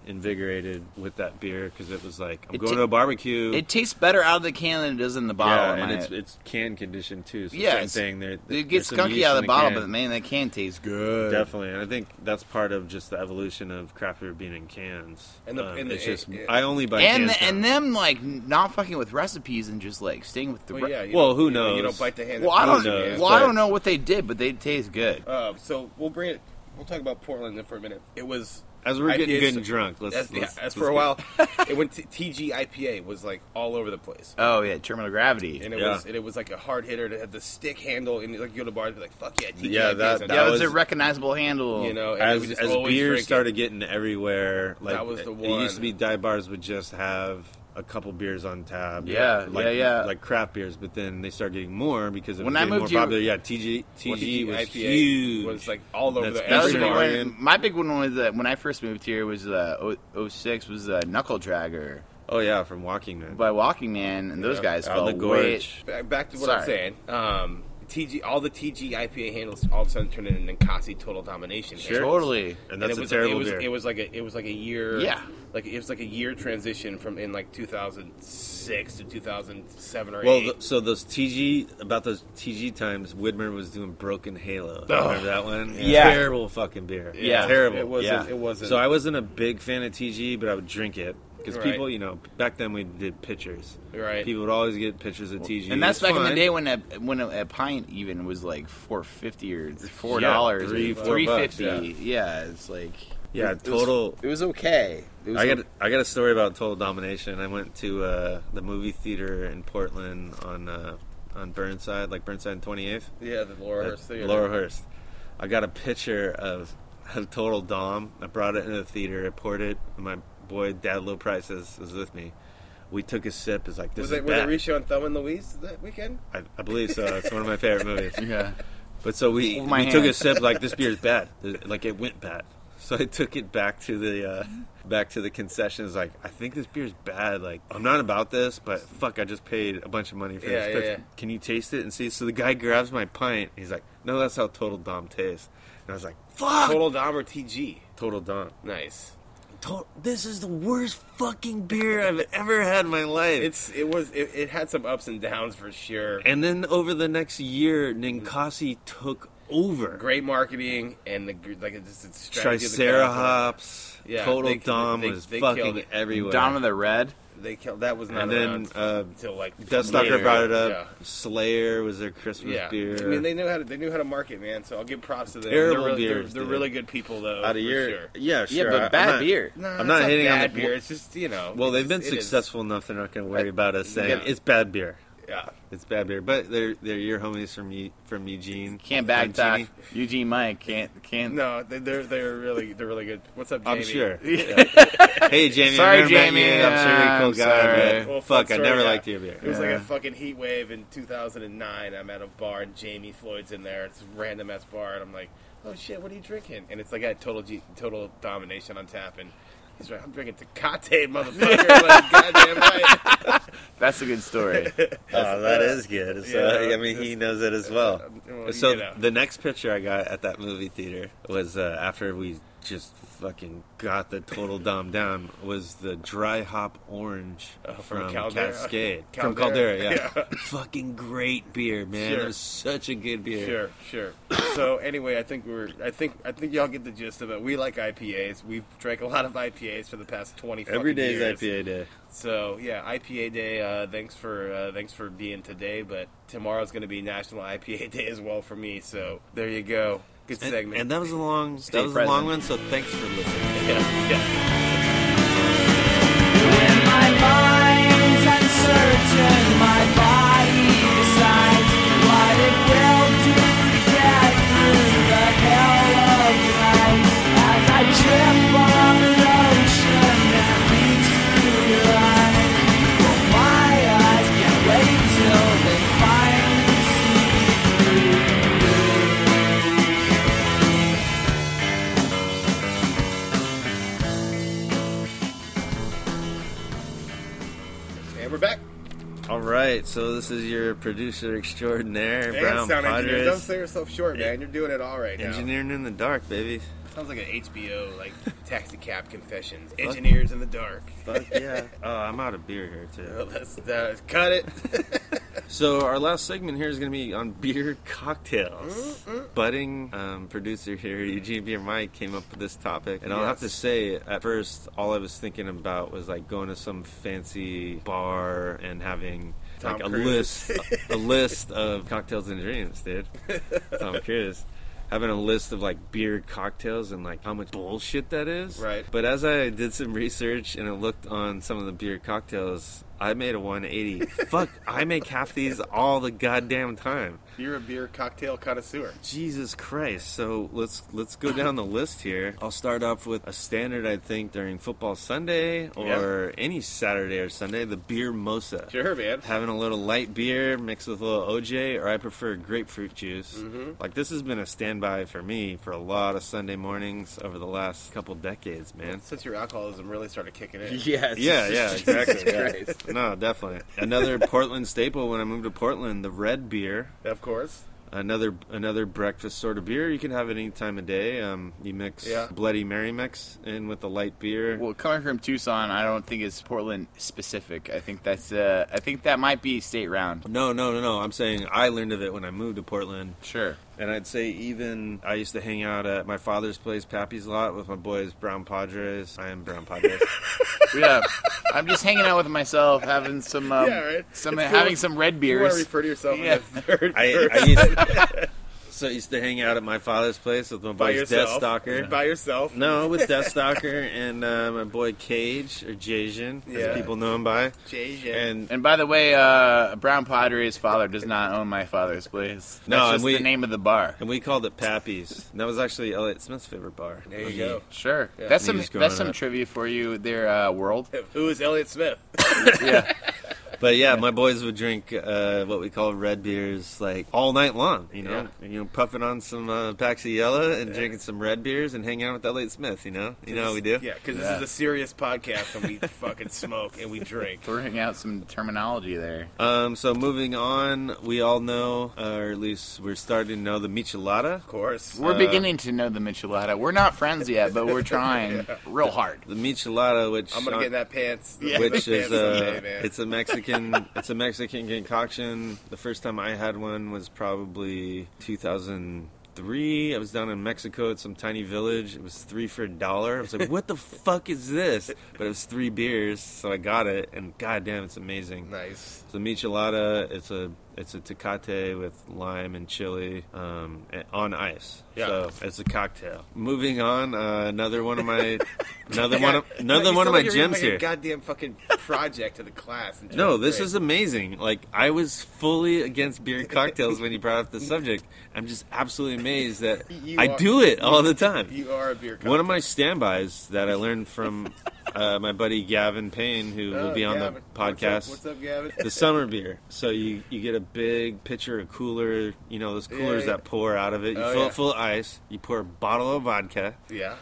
Speaker 2: reinvigorated with that beer because it was like I'm
Speaker 3: It
Speaker 2: going
Speaker 3: ta-
Speaker 2: to a barbecue.
Speaker 3: it tastes better out of the can than it does in the
Speaker 2: yeah,
Speaker 3: bottle. in
Speaker 2: and
Speaker 3: my-
Speaker 2: it's it's can conditioned too. So
Speaker 3: Yeah,
Speaker 2: yeah, same
Speaker 3: it's-
Speaker 2: thing. There,
Speaker 3: it gets
Speaker 2: there's some
Speaker 3: skunky
Speaker 2: yeast
Speaker 3: out
Speaker 2: in
Speaker 3: of the bottle,
Speaker 2: can.
Speaker 3: but man, that can taste good.
Speaker 2: Definitely, and I think that's part of just the evolution of craft beer being in cans.
Speaker 1: And the-
Speaker 2: Um,
Speaker 1: and the-
Speaker 2: it's just
Speaker 1: it-
Speaker 2: I only buy
Speaker 3: And
Speaker 2: cans
Speaker 3: the, and
Speaker 2: now.
Speaker 3: them like not fucking with recipes and just like staying with the.
Speaker 1: Well,
Speaker 3: re-
Speaker 1: yeah, you
Speaker 2: Well,
Speaker 1: don't-
Speaker 2: who
Speaker 1: you know, You
Speaker 2: knows?
Speaker 1: don't bite the hand.
Speaker 3: Well,
Speaker 1: that
Speaker 3: I don't.
Speaker 1: feeds you,
Speaker 2: knows,
Speaker 1: man.
Speaker 3: well, I
Speaker 2: but-
Speaker 3: don't know what they did, but they taste good.
Speaker 1: Uh, so we'll bring it. We'll talk about Portland then for a minute. It was
Speaker 2: as we're getting
Speaker 1: IPAs
Speaker 2: getting drunk, let's,
Speaker 1: As, yeah,
Speaker 2: let's-
Speaker 1: as for
Speaker 2: let's
Speaker 1: a
Speaker 2: get-
Speaker 1: while, it went to TG IPA was like all over the place,
Speaker 3: Oh yeah, terminal gravity.
Speaker 1: and it
Speaker 2: Yeah.
Speaker 1: was and it was like a hard hitter that had the stick handle, and like you go to bars, be like, fuck yeah, TG
Speaker 2: Yeah,
Speaker 1: IPAs
Speaker 2: that-
Speaker 1: on
Speaker 2: that
Speaker 3: yeah, it
Speaker 1: top.
Speaker 3: was, a
Speaker 2: was-
Speaker 3: recognizable handle.
Speaker 1: you know, Oh, and we
Speaker 2: as
Speaker 1: just
Speaker 2: as
Speaker 1: always
Speaker 2: beer
Speaker 1: drink it.
Speaker 2: started getting everywhere, like
Speaker 1: That was the
Speaker 2: it-
Speaker 1: one.
Speaker 2: It used to be dive bars would just have a couple beers on tab.
Speaker 3: Yeah,
Speaker 2: like,
Speaker 3: yeah, yeah.
Speaker 2: Like craft beers, but then they started getting more because it
Speaker 3: When
Speaker 2: was
Speaker 3: I
Speaker 2: getting
Speaker 3: moved
Speaker 2: more
Speaker 3: here-
Speaker 2: popular. Yeah, TG TG, was
Speaker 1: IPA
Speaker 2: huge.
Speaker 1: was like all over
Speaker 2: That's
Speaker 1: the
Speaker 3: That was
Speaker 2: Every
Speaker 3: big
Speaker 2: bar.
Speaker 3: one. My big one was that when I first moved here was uh, o- 06 was uh, Knuckle Dragger
Speaker 2: oh yeah, from Walking Man.
Speaker 3: by Walking Man, and those
Speaker 1: Yeah.
Speaker 3: guys
Speaker 2: Out
Speaker 3: felt
Speaker 2: in the gorge.
Speaker 1: back, back to what I'm
Speaker 3: Sorry.
Speaker 1: saying. Um, TG, all the TG IPA handles all of a sudden turned into Ninkasi Total Domination.
Speaker 3: way
Speaker 1: handles.
Speaker 3: totally.
Speaker 2: and that's
Speaker 1: it
Speaker 2: a
Speaker 1: was,
Speaker 2: terrible
Speaker 1: it was,
Speaker 2: beer.
Speaker 1: It was like a it was like a year.
Speaker 3: Yeah.
Speaker 1: Like it was like a year transition from in like 2006 to 2007 or
Speaker 2: well,
Speaker 1: eight.
Speaker 2: th so those TG about those TG times, Widmer was doing Broken Halo. Remember that one?
Speaker 3: Yeah.
Speaker 2: terrible fucking beer.
Speaker 3: Yeah.
Speaker 2: terrible.
Speaker 1: It wasn't.
Speaker 3: Yeah.
Speaker 1: It wasn't.
Speaker 2: So I wasn't a big fan of TG, but I would drink it because
Speaker 1: Right.
Speaker 2: people, you know, back then we did pitchers.
Speaker 1: Right.
Speaker 2: People would always get pitchers of TG,
Speaker 3: And that's
Speaker 2: It's
Speaker 3: back in
Speaker 2: fine.
Speaker 3: the day when a when a, a pint even was like four fifty or four
Speaker 2: Yeah,
Speaker 3: dollars,
Speaker 2: three,
Speaker 3: three
Speaker 2: four bucks,
Speaker 3: fifty. Yeah. it's like
Speaker 2: Yeah,
Speaker 3: It was-
Speaker 2: total.
Speaker 3: It was okay. It was
Speaker 2: I
Speaker 3: o-
Speaker 2: got I got a story about total domination. I went to uh, the movie theater in Portland on uh, on Burnside, like Burnside and 28th.
Speaker 1: Yeah, the Laura
Speaker 2: at
Speaker 1: Hurst Theater.
Speaker 2: Laura Hurst. I got a picture of, of Total Dom. I brought it into the theater. I poured it. and My boy Dad Low Prices was with me. We took a sip. It's like this
Speaker 1: Was
Speaker 2: is
Speaker 1: it were
Speaker 2: bad.
Speaker 1: they reshowing Thumb and Louise that weekend?
Speaker 2: I, I believe so. It's one of my favorite movies.
Speaker 3: Yeah.
Speaker 2: But so we,
Speaker 3: Hold my
Speaker 2: we took a
Speaker 3: hand.
Speaker 2: sip. Like this beer is bad. Like it went bad. So I took it back to the uh, back to the concessions. Like I think this beer is bad. Like I'm not about this, but fuck, I just paid a bunch of money for
Speaker 1: Yeah,
Speaker 2: this.
Speaker 1: yeah,
Speaker 2: picture.
Speaker 1: yeah.
Speaker 2: Can you taste it and see? So the guy grabs my pint. He's like, No, that's how Total Dom tastes. And I was like, Fuck,
Speaker 1: Total
Speaker 2: Total,
Speaker 1: Dom or TG?
Speaker 2: Dom.
Speaker 1: Nice.
Speaker 2: To- this is the worst fucking beer I've ever had in my life.
Speaker 1: It's it was it, it had some ups and downs for sure.
Speaker 2: and then over the next year, Ninkasi took over.
Speaker 1: Great marketing and the gr- like it's just strategy of the company.
Speaker 2: Triceratops,
Speaker 1: Yeah,
Speaker 2: Total
Speaker 1: they-
Speaker 2: Dom
Speaker 1: they-
Speaker 2: was
Speaker 1: they killed
Speaker 2: fucking
Speaker 1: it.
Speaker 2: everywhere.
Speaker 3: Dawn of the Red.
Speaker 1: They killed that was not
Speaker 2: and then
Speaker 1: around
Speaker 2: uh,
Speaker 1: until like
Speaker 2: Deathstalker
Speaker 1: later.
Speaker 2: brought it up.
Speaker 1: Yeah.
Speaker 2: Slayer was their Christmas
Speaker 1: Yeah,
Speaker 2: beer.
Speaker 1: I mean they knew how to they knew how to market, man. So I'll give props to them.
Speaker 2: Terrible
Speaker 1: they're really,
Speaker 2: beers,
Speaker 1: they're,
Speaker 2: dude.
Speaker 1: they're really good people, though.
Speaker 2: out of
Speaker 1: for
Speaker 2: your
Speaker 1: sure.
Speaker 2: yeah, sure.
Speaker 3: yeah,
Speaker 2: I- I'm
Speaker 3: but bad
Speaker 2: not-
Speaker 3: beer.
Speaker 1: Nah,
Speaker 2: I'm
Speaker 1: it's
Speaker 2: not hitting on
Speaker 1: bad
Speaker 2: the
Speaker 1: beer. It's just you know.
Speaker 2: Well,
Speaker 1: it's
Speaker 2: they've been
Speaker 1: just- it is.
Speaker 2: successful enough; they're not going to worry about us saying
Speaker 1: Yeah.
Speaker 2: it's bad beer.
Speaker 1: Yeah,
Speaker 2: It's bad beer, but they're they're your homies from Eu- from Eugene.
Speaker 3: Can't bag
Speaker 2: Eugenie.
Speaker 3: talk. Eugene Mike can't can't.
Speaker 1: no, they- they're they're really they're really good. What's up, Jamie?
Speaker 2: I'm sure. Hey Jamie,
Speaker 3: Sorry,
Speaker 2: I never met you.
Speaker 3: Jamie.
Speaker 2: I'm sure you're a cool
Speaker 3: I'm
Speaker 2: guy.
Speaker 3: sorry.
Speaker 2: But
Speaker 1: Well, fun
Speaker 2: fuck, I
Speaker 1: story,
Speaker 2: never
Speaker 1: yeah.
Speaker 2: liked your beer.
Speaker 1: It was like
Speaker 3: Yeah.
Speaker 1: a fucking heat wave in 2009. I'm at a bar and Jamie Floyd's in there. It's a random ass bar, and I'm like, "Oh shit, what are you drinking?" And it's like I had total G- total domination on tap, and he's like, "I'm drinking Tecate, motherfucker." like, goddamn right.
Speaker 3: That's a good story.
Speaker 2: Oh, that is good. So,
Speaker 1: yeah,
Speaker 2: I mean, he
Speaker 1: just-
Speaker 2: knows it as well.
Speaker 1: uh, well,
Speaker 2: so
Speaker 1: you know.
Speaker 2: the next picture I got at that movie theater was uh, after we just fucking got the total dom down was the dry hop orange
Speaker 1: Oh, from
Speaker 2: from,
Speaker 1: Caldera.
Speaker 2: Cascade
Speaker 1: Caldera.
Speaker 2: from Caldera. Yeah, fucking great beer, man.
Speaker 1: Sure.
Speaker 2: It was such a good beer.
Speaker 1: Sure, sure. So anyway, I think we're I think I think y'all get the gist of it. We like IPAs. We've drank a lot of IPAs for the past 20
Speaker 2: Every
Speaker 1: fucking
Speaker 2: day is
Speaker 1: years.
Speaker 2: IPA day.
Speaker 1: So yeah, IPA Day. Uh, thanks for uh, thanks for being today, but tomorrow's going to be National IPA Day as well for me. So there you go. Good
Speaker 2: And,
Speaker 1: segment.
Speaker 2: and that was a long, that was a long
Speaker 3: present.
Speaker 2: one. So thanks for listening.
Speaker 1: yeah, yeah.
Speaker 4: When my mind's uncertain, my body decides what it will do to get through the hell of life. As I trip on the ocean that leads through your eyes, well, my eyes can't wait till they finally see through.
Speaker 1: And we're back.
Speaker 2: All right, so this is your producer extraordinaire,
Speaker 1: And
Speaker 2: Brown
Speaker 1: sound engineer. Don't
Speaker 2: Padres.
Speaker 1: sell yourself short, man. You're doing it all right now.
Speaker 2: Engineering in the dark, baby.
Speaker 1: Sounds like an HBO like taxi cab confessions. Engineers in the dark.
Speaker 2: Fuck yeah. Oh, I'm out of beer here too.
Speaker 1: Let's uh, cut it.
Speaker 2: So our last segment here is going to be on beer cocktails. Budding um, producer here, Eugene Beer Mike, came up with this topic, and I'll have to
Speaker 1: Yes.
Speaker 2: say, at first, all I was thinking about was like going to some fancy bar and having.
Speaker 1: Tom
Speaker 2: like a
Speaker 1: Cruise.
Speaker 2: list, a list of cocktails and dreams, dude. Tom Cruise, having a list of like beer cocktails and like how much bullshit that is.
Speaker 1: Right.
Speaker 2: But as I did some research and I looked on some of the beer cocktails, I made a 180. Fuck, I make half these all the goddamn time.
Speaker 1: You're a beer cocktail connoisseur.
Speaker 2: Jesus Christ. So let's let's go down the list here. I'll start off with a standard I think during football Sunday or any Saturday or Sunday, the beer mosa.
Speaker 1: Sure, man.
Speaker 2: Having a little light beer mixed with a little OJ, or I prefer grapefruit juice. Like this has been a standby for me for a lot of Sunday mornings over the last couple decades, man.
Speaker 1: Since your alcoholism really started kicking in.
Speaker 3: yes.
Speaker 2: Yeah, yeah, exactly. yeah.
Speaker 3: Christ.
Speaker 2: No, definitely. Another Portland staple when I moved to Portland, the red beer.
Speaker 1: Of course.
Speaker 2: Another another breakfast sort of beer. You can have it any time of day. Um, you mix
Speaker 1: Yeah.
Speaker 2: Bloody Mary mix in with a light beer.
Speaker 3: Well, coming from Tucson, I don't think it's Portland specific. I think that's uh, I think that might be state round.
Speaker 2: no, no, no, no. I'm saying I learned of it when I moved to Portland.
Speaker 3: Sure.
Speaker 2: And I'd say even I used to hang out at my father's place, Pappy's lot, with my boys Brown Padres. I am Brown Padres.
Speaker 3: Yeah. I'm just hanging out with myself, having some um,
Speaker 1: Yeah, right.
Speaker 3: some
Speaker 1: It's cool.
Speaker 3: having some
Speaker 1: You
Speaker 3: red
Speaker 1: want to
Speaker 3: beers.
Speaker 1: refer to yourself
Speaker 3: Yeah.
Speaker 1: as the third
Speaker 2: I, I used also used to hang out at my father's place with my
Speaker 1: by
Speaker 2: buddy's Death
Speaker 1: yourself.
Speaker 2: Stalker.
Speaker 1: By yourself.
Speaker 2: No, with Deathstalker and uh, my boy Cage or Jason,
Speaker 1: Yeah.
Speaker 2: as people know him by.
Speaker 1: JJ.
Speaker 2: And
Speaker 3: And by the way, uh, Brown Pottery's father does not own my father's place. That's
Speaker 2: No, and
Speaker 3: just
Speaker 2: we-
Speaker 3: the name of the bar.
Speaker 2: and we called it Pappy's. And that was actually Elliot Smith's favorite bar.
Speaker 1: there you go.
Speaker 3: Sure,
Speaker 1: Yeah.
Speaker 3: that's
Speaker 2: He
Speaker 3: some
Speaker 2: was growing
Speaker 3: that's some
Speaker 2: up.
Speaker 3: trivia for you. Their uh, world.
Speaker 1: Who is Elliot Smith?
Speaker 3: yeah,
Speaker 2: But yeah, my boys would drink uh, what we call red beers like all night long. You know,
Speaker 1: Yeah.
Speaker 2: and, you know, puffing on some uh, packs of yellow and drinking some red beers and hanging out with Elliot Smith. You know, you know how we do.
Speaker 1: Yeah, because this
Speaker 3: Yeah.
Speaker 1: is a serious podcast, and we fucking smoke and we drink.
Speaker 3: throwing out some terminology there.
Speaker 2: Um, so moving on, we all know, uh, or at least we're starting to know the michelada.
Speaker 1: Of course.
Speaker 2: Uh,
Speaker 3: We're beginning to know the Michelada. We're not friends yet, but we're trying real hard.
Speaker 2: The michelada, which
Speaker 1: I'm gonna get in that pants.
Speaker 2: which
Speaker 1: that pants
Speaker 2: is
Speaker 1: someday,
Speaker 2: a
Speaker 1: man.
Speaker 2: it's a Mexican it's a Mexican concoction. The first time I had one was probably 2003. I was down in Mexico at some tiny village. It was three for a dollar. I was like, "What the fuck is this?" But it was three beers, so I got it, and goddamn, it's amazing.
Speaker 1: nice.
Speaker 2: So michelada, it's a it's a tecate with lime and chili um, and- on ice.
Speaker 1: Yeah.
Speaker 2: So it's a cocktail. Moving on, uh, another one of my another
Speaker 1: Yeah,
Speaker 2: one of,
Speaker 1: it's
Speaker 2: another
Speaker 1: like-
Speaker 2: one of
Speaker 1: it's
Speaker 2: my
Speaker 1: like you're reading,
Speaker 2: gems
Speaker 1: like, a
Speaker 2: here.
Speaker 1: Goddamn fucking project to the class. in
Speaker 2: No,
Speaker 1: twelfth
Speaker 2: this
Speaker 1: grade.
Speaker 2: is amazing. Like I was fully against beer and cocktails when you brought up the subject. I'm just absolutely amazed that
Speaker 1: You
Speaker 2: I
Speaker 1: are-
Speaker 2: do it all the time.
Speaker 1: You are a beer.
Speaker 2: One of my
Speaker 1: cocktail.
Speaker 2: standbys that I learned from uh, my buddy Gavin Payne, who will
Speaker 1: Oh,
Speaker 2: be on
Speaker 1: Gavin.
Speaker 2: the podcast.
Speaker 1: What's up, what's up Gavin?
Speaker 2: The summer beer. So you, you get a big pitcher of cooler, you know those coolers
Speaker 1: yeah.
Speaker 2: that pour out of it. You
Speaker 1: Oh,
Speaker 2: fill
Speaker 1: yeah.
Speaker 2: it full of ice. You pour a bottle of vodka,
Speaker 1: yeah.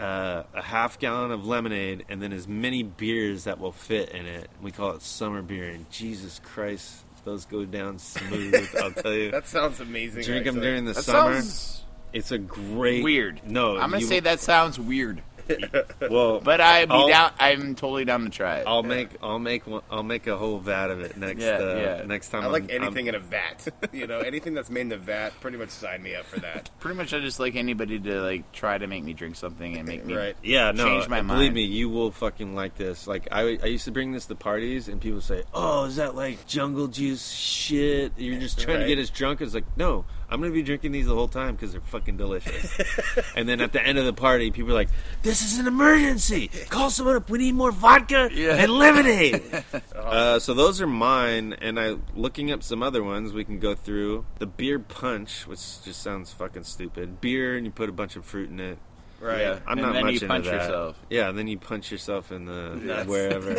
Speaker 2: uh, a half gallon of lemonade and then as many beers that will fit in it. We call it summer beer, and Jesus Christ, those go down smooth. I'll tell you.
Speaker 1: That sounds amazing.
Speaker 2: Drink them
Speaker 1: actually.
Speaker 2: during the
Speaker 3: That
Speaker 2: summer.
Speaker 3: sounds
Speaker 2: It's a great
Speaker 3: weird.
Speaker 2: No,
Speaker 3: I'm gonna
Speaker 2: you-
Speaker 3: say that sounds weird,
Speaker 2: Well,
Speaker 3: but I be
Speaker 2: I'll-
Speaker 3: down. I'm totally down to try it.
Speaker 2: I'll make I'll make one, I'll make a whole vat of it next
Speaker 3: Yeah,
Speaker 2: uh,
Speaker 3: yeah.
Speaker 2: next time.
Speaker 1: I like
Speaker 2: I'm- I'm-
Speaker 1: anything in a vat. You know, anything that's made in a vat, pretty much sign me up for that.
Speaker 3: Pretty much, I just like anybody to like try to make me drink something and make me.
Speaker 1: Right.
Speaker 2: Yeah, no.
Speaker 3: Changed my
Speaker 2: believe
Speaker 3: mind.
Speaker 2: me, you will fucking like this. Like I, I used to bring this to parties, and people say, "Oh, is that like jungle juice shit?" You're just trying
Speaker 1: Right.
Speaker 2: to get as drunk as like, no, I'm gonna be drinking these the whole time because they're fucking delicious. and then at the end of the party, people are like, "This is an emergency! Call someone up. We need more vodka
Speaker 3: Yeah.
Speaker 2: and lemonade." Uh, so those are mine, and I looking up some other ones we can go through. The beer punch, which just sounds fucking stupid. Beer, and you put a bunch of fruit in it.
Speaker 1: Right.
Speaker 3: Yeah.
Speaker 2: I'm
Speaker 3: And
Speaker 2: not
Speaker 3: then
Speaker 2: much
Speaker 3: you
Speaker 2: into
Speaker 3: punch
Speaker 2: that.
Speaker 3: yourself.
Speaker 2: Yeah, and then you punch yourself in the
Speaker 1: Nuts.
Speaker 2: wherever.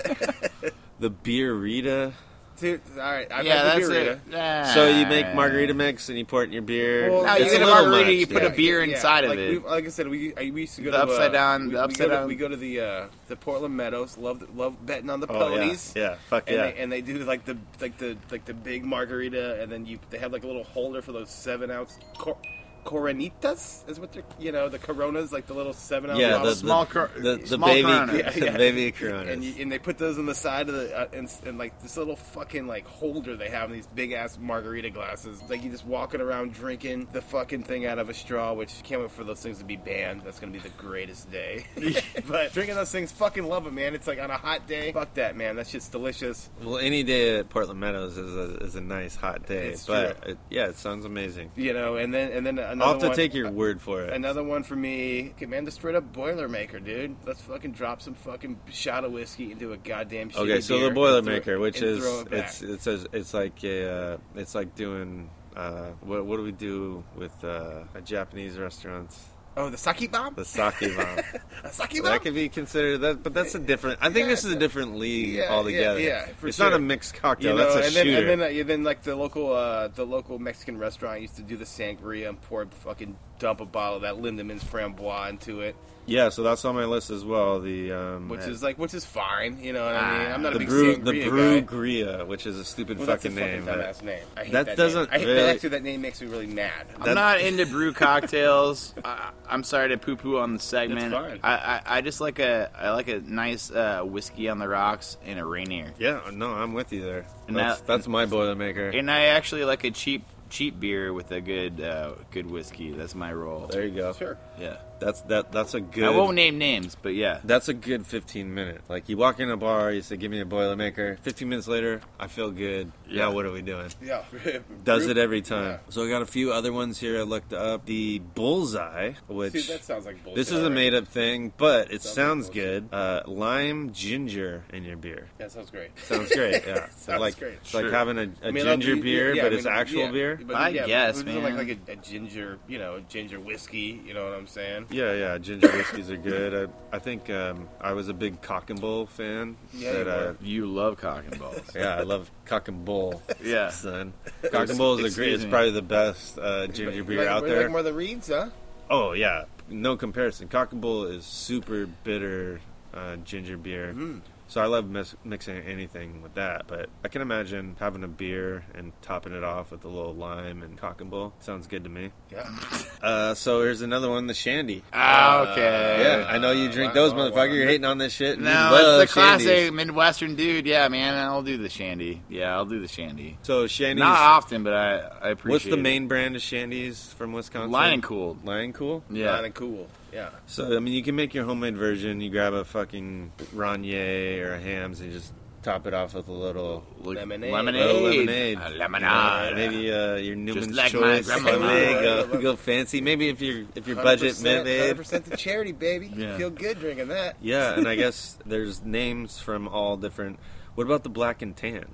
Speaker 2: the beerita.
Speaker 1: Dude, all right. I've
Speaker 3: yeah,
Speaker 1: had the
Speaker 3: that's
Speaker 1: beer.
Speaker 3: it. Yeah.
Speaker 2: So you make margarita mix and you pour it in your beer.
Speaker 1: Well,
Speaker 3: Ah. No,
Speaker 1: It's
Speaker 3: you
Speaker 1: a
Speaker 3: get a
Speaker 2: little
Speaker 3: margarita.
Speaker 2: much,
Speaker 3: You put
Speaker 2: yeah.
Speaker 3: a beer inside
Speaker 1: like
Speaker 3: of it.
Speaker 1: we've- Like I said, we I, we used to go
Speaker 3: The
Speaker 1: to
Speaker 3: upside
Speaker 1: uh,
Speaker 3: down-
Speaker 1: We,
Speaker 3: the
Speaker 1: we
Speaker 3: upside
Speaker 1: go to,
Speaker 3: down.
Speaker 1: We go to the uh, the Portland Meadows. Love love betting on the
Speaker 2: Oh, yeah.
Speaker 1: ponies.
Speaker 2: yeah, fuck
Speaker 1: And,
Speaker 2: yeah.
Speaker 1: they, and they do like the like the like the big margarita, and then you they have like a little holder for those seven ounce cor- coronitas. Is what they're you know the Coronas like the little seven ounce.
Speaker 2: yeah, the,
Speaker 1: bottles.
Speaker 2: the-
Speaker 3: Small cor-
Speaker 2: the, the
Speaker 3: small
Speaker 2: baby,
Speaker 3: Corona.
Speaker 1: Yeah,
Speaker 2: the
Speaker 1: yeah.
Speaker 2: baby Corona.
Speaker 1: and, you, and they put those on the side of the uh, and, s- and like this little fucking like holder they have in these big ass margarita glasses. Like you just walking around drinking the fucking thing out of a straw, which you can't wait for those things to be banned. That's gonna be the greatest day. but drinking those things, fucking love it, man. It's like on a hot day, fuck that, man. That shit's delicious.
Speaker 2: Well, any day at Portland Meadows is a is a nice hot day,
Speaker 1: It's
Speaker 2: but
Speaker 1: true.
Speaker 2: it, yeah, it sounds amazing.
Speaker 1: You know, and then and then another
Speaker 2: I'll have to
Speaker 1: one,
Speaker 2: take your word for it.
Speaker 1: Another one for me, okay, man, the straight up Boilermaker, dude. Let's fucking drop some fucking shot of whiskey into a goddamn.
Speaker 2: Okay,
Speaker 1: shitty
Speaker 2: so
Speaker 1: beer
Speaker 2: the
Speaker 1: and
Speaker 2: Boilermaker,
Speaker 1: throw-
Speaker 2: which
Speaker 1: and
Speaker 2: is
Speaker 1: throw it back.
Speaker 2: it's it's a, it's like a, uh, it's like doing uh, what what do we do with uh, Japanese restaurants?
Speaker 1: oh the sake bomb,
Speaker 2: The sake bomb.
Speaker 1: a sake bomb.
Speaker 2: that could be considered that, but that's a different. I think this is a different league
Speaker 1: Yeah, yeah,
Speaker 2: altogether.
Speaker 1: yeah, for
Speaker 2: it's
Speaker 1: sure.
Speaker 2: not a mixed cocktail.
Speaker 1: You know,
Speaker 2: that's a
Speaker 1: and then,
Speaker 2: shooter.
Speaker 1: and then, uh, yeah, then like the local, uh, the local Mexican restaurant used to do the sangria and pour a fucking dump a bottle of that Lindemann's framboise into it,
Speaker 2: yeah, so that's on my list as well. The um,
Speaker 1: which is like, which is fine, you know what I mean? I'm not a
Speaker 2: Ah, the
Speaker 1: big
Speaker 2: brew
Speaker 1: sangria
Speaker 2: the brew
Speaker 1: guy.
Speaker 2: gria, which is a stupid
Speaker 1: well, that's a
Speaker 2: fucking
Speaker 1: fucking
Speaker 2: name. but-
Speaker 1: dumbass name. I hate
Speaker 2: That
Speaker 1: that, name.
Speaker 2: doesn't
Speaker 1: I hate
Speaker 2: really-
Speaker 1: that actually. That name makes me really mad.
Speaker 3: I'm not into brew cocktails. I, I'm sorry to poo-poo on the segment.
Speaker 1: That's fine.
Speaker 3: I, I, I just like a I like a nice uh, whiskey on the rocks and a Rainier,
Speaker 2: yeah, no, I'm with you there.
Speaker 3: And
Speaker 2: that's,
Speaker 3: that-
Speaker 2: that's my Boilermaker.
Speaker 3: and I actually like a cheap cheap beer with a good uh, good whiskey. That's my role.
Speaker 2: there you go.
Speaker 1: Sure.
Speaker 3: Yeah.
Speaker 2: That's that. That's a good.
Speaker 3: I won't name names, but yeah.
Speaker 2: That's a good 15 minute. Like you walk in a bar, you say, "Give me a Boilermaker." 15 minutes later, I feel good. Yeah,
Speaker 3: Yeah.
Speaker 2: what are we doing?
Speaker 1: Yeah.
Speaker 2: Does
Speaker 1: Group-
Speaker 2: it every time.
Speaker 1: Yeah.
Speaker 2: So I got a few other ones here. I looked up the Bullseye, which
Speaker 1: See, that sounds like bullshit.
Speaker 2: this is a
Speaker 1: already.
Speaker 2: made up thing, but it
Speaker 1: Sounds
Speaker 2: sounds,
Speaker 1: like
Speaker 2: good. Uh, lime ginger in your beer.
Speaker 1: That sounds great.
Speaker 2: Sounds great. Yeah,
Speaker 1: Sounds
Speaker 2: like
Speaker 1: great.
Speaker 2: it's like
Speaker 3: Sure.
Speaker 2: having a, a
Speaker 1: I mean,
Speaker 2: ginger
Speaker 1: I'll be-
Speaker 2: beer,
Speaker 1: yeah,
Speaker 2: but
Speaker 1: I
Speaker 2: it's
Speaker 1: mean,
Speaker 2: actual
Speaker 1: yeah,
Speaker 2: beer.
Speaker 1: but
Speaker 3: I
Speaker 1: yeah,
Speaker 3: guess,
Speaker 1: it's Like,
Speaker 3: man.
Speaker 1: like a, a ginger, you know, a ginger whiskey. You know what I'm saying?
Speaker 2: Yeah, yeah, ginger whiskeys are good. I, I think um, I was a big cock and bull fan.
Speaker 1: Yeah,
Speaker 2: that,
Speaker 1: you were.
Speaker 2: uh,
Speaker 3: You love cock and balls.
Speaker 2: yeah, I love cock and bull.
Speaker 3: yeah.
Speaker 2: son. Cock and Bull is the great.
Speaker 3: Excuse
Speaker 2: It's
Speaker 3: me.
Speaker 2: probably the best uh, ginger
Speaker 1: Like-
Speaker 2: beer
Speaker 1: like,
Speaker 2: out
Speaker 1: like
Speaker 2: there.
Speaker 1: more than reeds, huh?
Speaker 2: Oh yeah, no comparison. Cock and Bull is super bitter uh, ginger beer. So I love mis- mixing anything with that, but I can imagine having a beer and topping it off with a little lime and cock and bull. Sounds good to me.
Speaker 1: Yeah.
Speaker 2: Uh, so here's another one, the shandy.
Speaker 3: Ah,
Speaker 1: uh,
Speaker 3: okay.
Speaker 2: yeah, I know you drink
Speaker 1: wow,
Speaker 2: those,
Speaker 1: wow,
Speaker 2: motherfucker.
Speaker 1: wow.
Speaker 2: You're hating on this shit. and you
Speaker 3: No,
Speaker 2: love
Speaker 3: it's the classic
Speaker 2: shandies.
Speaker 3: Midwestern dude. Yeah, man, I'll do the shandy. Yeah, I'll do the shandy.
Speaker 2: So shandies.
Speaker 3: Not often, but I, I appreciate
Speaker 2: what's the
Speaker 3: it.
Speaker 2: main brand of shandies from Wisconsin?
Speaker 3: Lion and Cool.
Speaker 2: Lion Cool.
Speaker 1: Kind
Speaker 3: Yeah.
Speaker 1: of cool. Yeah.
Speaker 2: So I mean, you can make your homemade version. You grab a fucking Ranier or a hams and just top it off with a little
Speaker 3: Look-
Speaker 1: Lemonade.
Speaker 3: Lemonade.
Speaker 2: little lemonade.
Speaker 3: A
Speaker 2: Uh,
Speaker 3: lemonade.
Speaker 2: maybe uh, your Newman's
Speaker 3: like my
Speaker 2: Choice.
Speaker 3: grandma.
Speaker 2: There you go. go fancy. Maybe if your if your budget meant
Speaker 1: Hundred
Speaker 2: it.
Speaker 1: percent to charity, baby.
Speaker 3: Yeah.
Speaker 1: Feel good drinking that.
Speaker 2: Yeah, and I guess there's names from all different. What about the black and tan?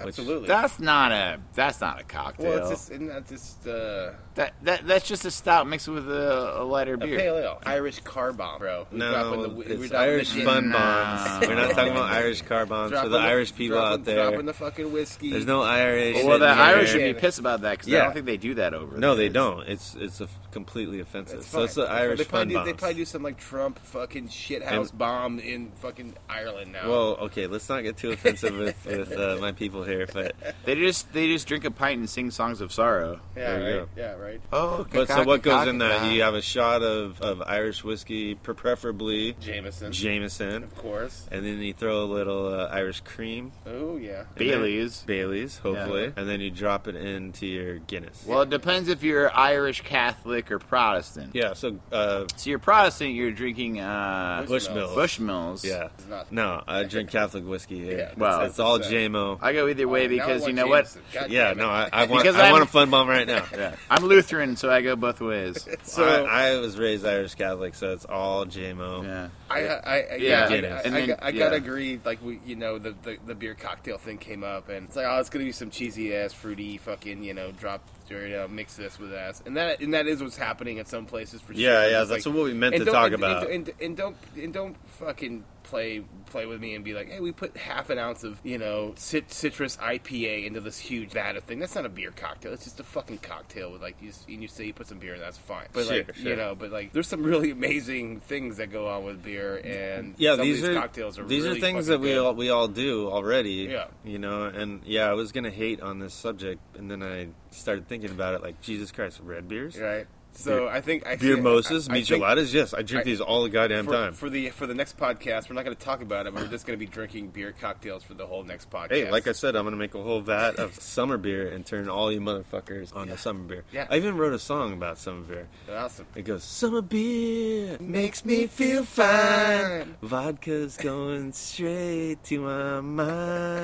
Speaker 2: Which-
Speaker 1: Absolutely.
Speaker 3: That's not a that's not a cocktail.
Speaker 1: well, it's just, isn't that just uh,
Speaker 3: that, that that's just a stout mixed with a, a lighter
Speaker 1: a
Speaker 3: beer.
Speaker 1: pale ale? Irish car bomb, bro. We're dropping
Speaker 2: no,
Speaker 1: the- we're
Speaker 2: it's
Speaker 1: dropping the
Speaker 2: Irish
Speaker 1: gin.
Speaker 2: fun
Speaker 3: No.
Speaker 2: bonds. We're not talking about Irish car bonds for
Speaker 1: Dropping
Speaker 2: the Irish people
Speaker 1: dropping-
Speaker 2: out there.
Speaker 1: Dropping the fucking whiskey.
Speaker 2: There's no Irish.
Speaker 3: Well,
Speaker 2: in
Speaker 3: the
Speaker 2: there.
Speaker 3: Irish should be pissed about that because I
Speaker 2: Yeah.
Speaker 3: don't think they do that over.
Speaker 2: No,
Speaker 3: there.
Speaker 2: they don't. It's it's a f- completely offensive.
Speaker 1: It's
Speaker 2: So it's the
Speaker 1: fine.
Speaker 2: Irish
Speaker 1: they
Speaker 2: fun
Speaker 1: probably, do, they
Speaker 2: bombs.
Speaker 1: probably do some like Trump fucking shithouse
Speaker 2: And-
Speaker 1: bomb in fucking Ireland now.
Speaker 2: Well, okay, let's not get too offensive with, with uh, my people here, but
Speaker 3: They just they just drink a pint and sing songs of sorrow.
Speaker 1: yeah,
Speaker 2: there you
Speaker 1: right. Yeah, right.
Speaker 3: Oh,
Speaker 2: but so what goes in that? You have a shot of, of Irish whiskey, pre- preferably
Speaker 1: Jameson,
Speaker 2: Jameson,
Speaker 1: of course.
Speaker 2: and then you throw a little uh, Irish cream,
Speaker 1: Oh yeah.
Speaker 2: in there.
Speaker 3: Bailey's.
Speaker 2: Bailey's, hopefully,
Speaker 3: Yeah.
Speaker 2: and then you drop it into your Guinness.
Speaker 3: Well, it depends if you're Irish Catholic or Protestant.
Speaker 2: Yeah, so uh,
Speaker 3: So you're Protestant, you're drinking uh,
Speaker 2: Bushmills.
Speaker 3: Bushmills.
Speaker 2: Yeah,
Speaker 1: It's not-
Speaker 2: no, I drink Catholic whiskey here.
Speaker 1: Yeah,
Speaker 2: it's,
Speaker 3: Wow.
Speaker 2: it's all
Speaker 1: That's, uh,
Speaker 2: JMO.
Speaker 3: I go either way
Speaker 1: Now I
Speaker 3: because
Speaker 1: want
Speaker 3: you know
Speaker 1: Jameson. God
Speaker 2: mo. yeah,
Speaker 1: damn it.
Speaker 2: no, I, I want
Speaker 3: Because
Speaker 2: I want
Speaker 3: I'm-
Speaker 2: a fun bomb right now.
Speaker 3: what? Yeah. I'm Lutheran, so I go both ways.
Speaker 1: So
Speaker 2: I, I was raised Irish Catholic, so it's all JMO.
Speaker 3: Yeah.
Speaker 1: I, I, I
Speaker 3: Yeah,
Speaker 1: yeah,
Speaker 2: it
Speaker 1: I,
Speaker 2: is.
Speaker 1: I,
Speaker 3: And then-
Speaker 1: I, gotta
Speaker 3: yeah.
Speaker 1: agree. Like we, you know, the, the the beer cocktail thing came up, and it's like, oh, it's gonna be some cheesy ass fruity fucking, you know, drop, or, you know, mix this with ass, and that and that is what's happening at some places for
Speaker 2: Yeah,
Speaker 1: sure.
Speaker 2: yeah,
Speaker 1: It's
Speaker 2: that's
Speaker 1: like-
Speaker 2: what we meant
Speaker 1: and
Speaker 2: to
Speaker 1: don't-
Speaker 2: talk
Speaker 1: and-
Speaker 2: about.
Speaker 1: And, and, and don't and don't fucking play play with me and be like, hey, we put half an ounce of you know cit- citrus IPA into this huge vat of thing. That's not a beer cocktail. It's just a fucking cocktail with like you s- and you say you put some beer in. That's fine. But
Speaker 2: Sure,
Speaker 1: like
Speaker 2: sure.
Speaker 1: you know, but like there's some really amazing things that go on with beer and
Speaker 2: yeah,
Speaker 1: some of
Speaker 2: these, are
Speaker 1: cocktails are
Speaker 2: these
Speaker 1: really
Speaker 2: are things that
Speaker 1: fucking
Speaker 2: we
Speaker 1: good.
Speaker 2: all we all do already.
Speaker 1: Yeah.
Speaker 2: you know, and yeah, I was gonna hate on this subject, and then I started thinking about it, like Jesus Christ, red beers,
Speaker 1: right. So I think I
Speaker 2: beer
Speaker 1: I-
Speaker 2: Moses,
Speaker 1: I- I think-
Speaker 2: micheladas. Yes, I drink
Speaker 1: I-
Speaker 2: these all the goddamn
Speaker 1: for,
Speaker 2: time.
Speaker 1: for the for the next podcast, we're not going to talk about it. But we're just going to be drinking beer cocktails for the whole next podcast.
Speaker 2: Hey, like I said, I'm gonna make a whole vat of summer beer and turn all you motherfuckers on to summer beer.
Speaker 1: Yeah.
Speaker 2: I even wrote a song about summer beer.
Speaker 1: awesome.
Speaker 2: It goes, summer beer makes me feel fine. Vodka's going straight to my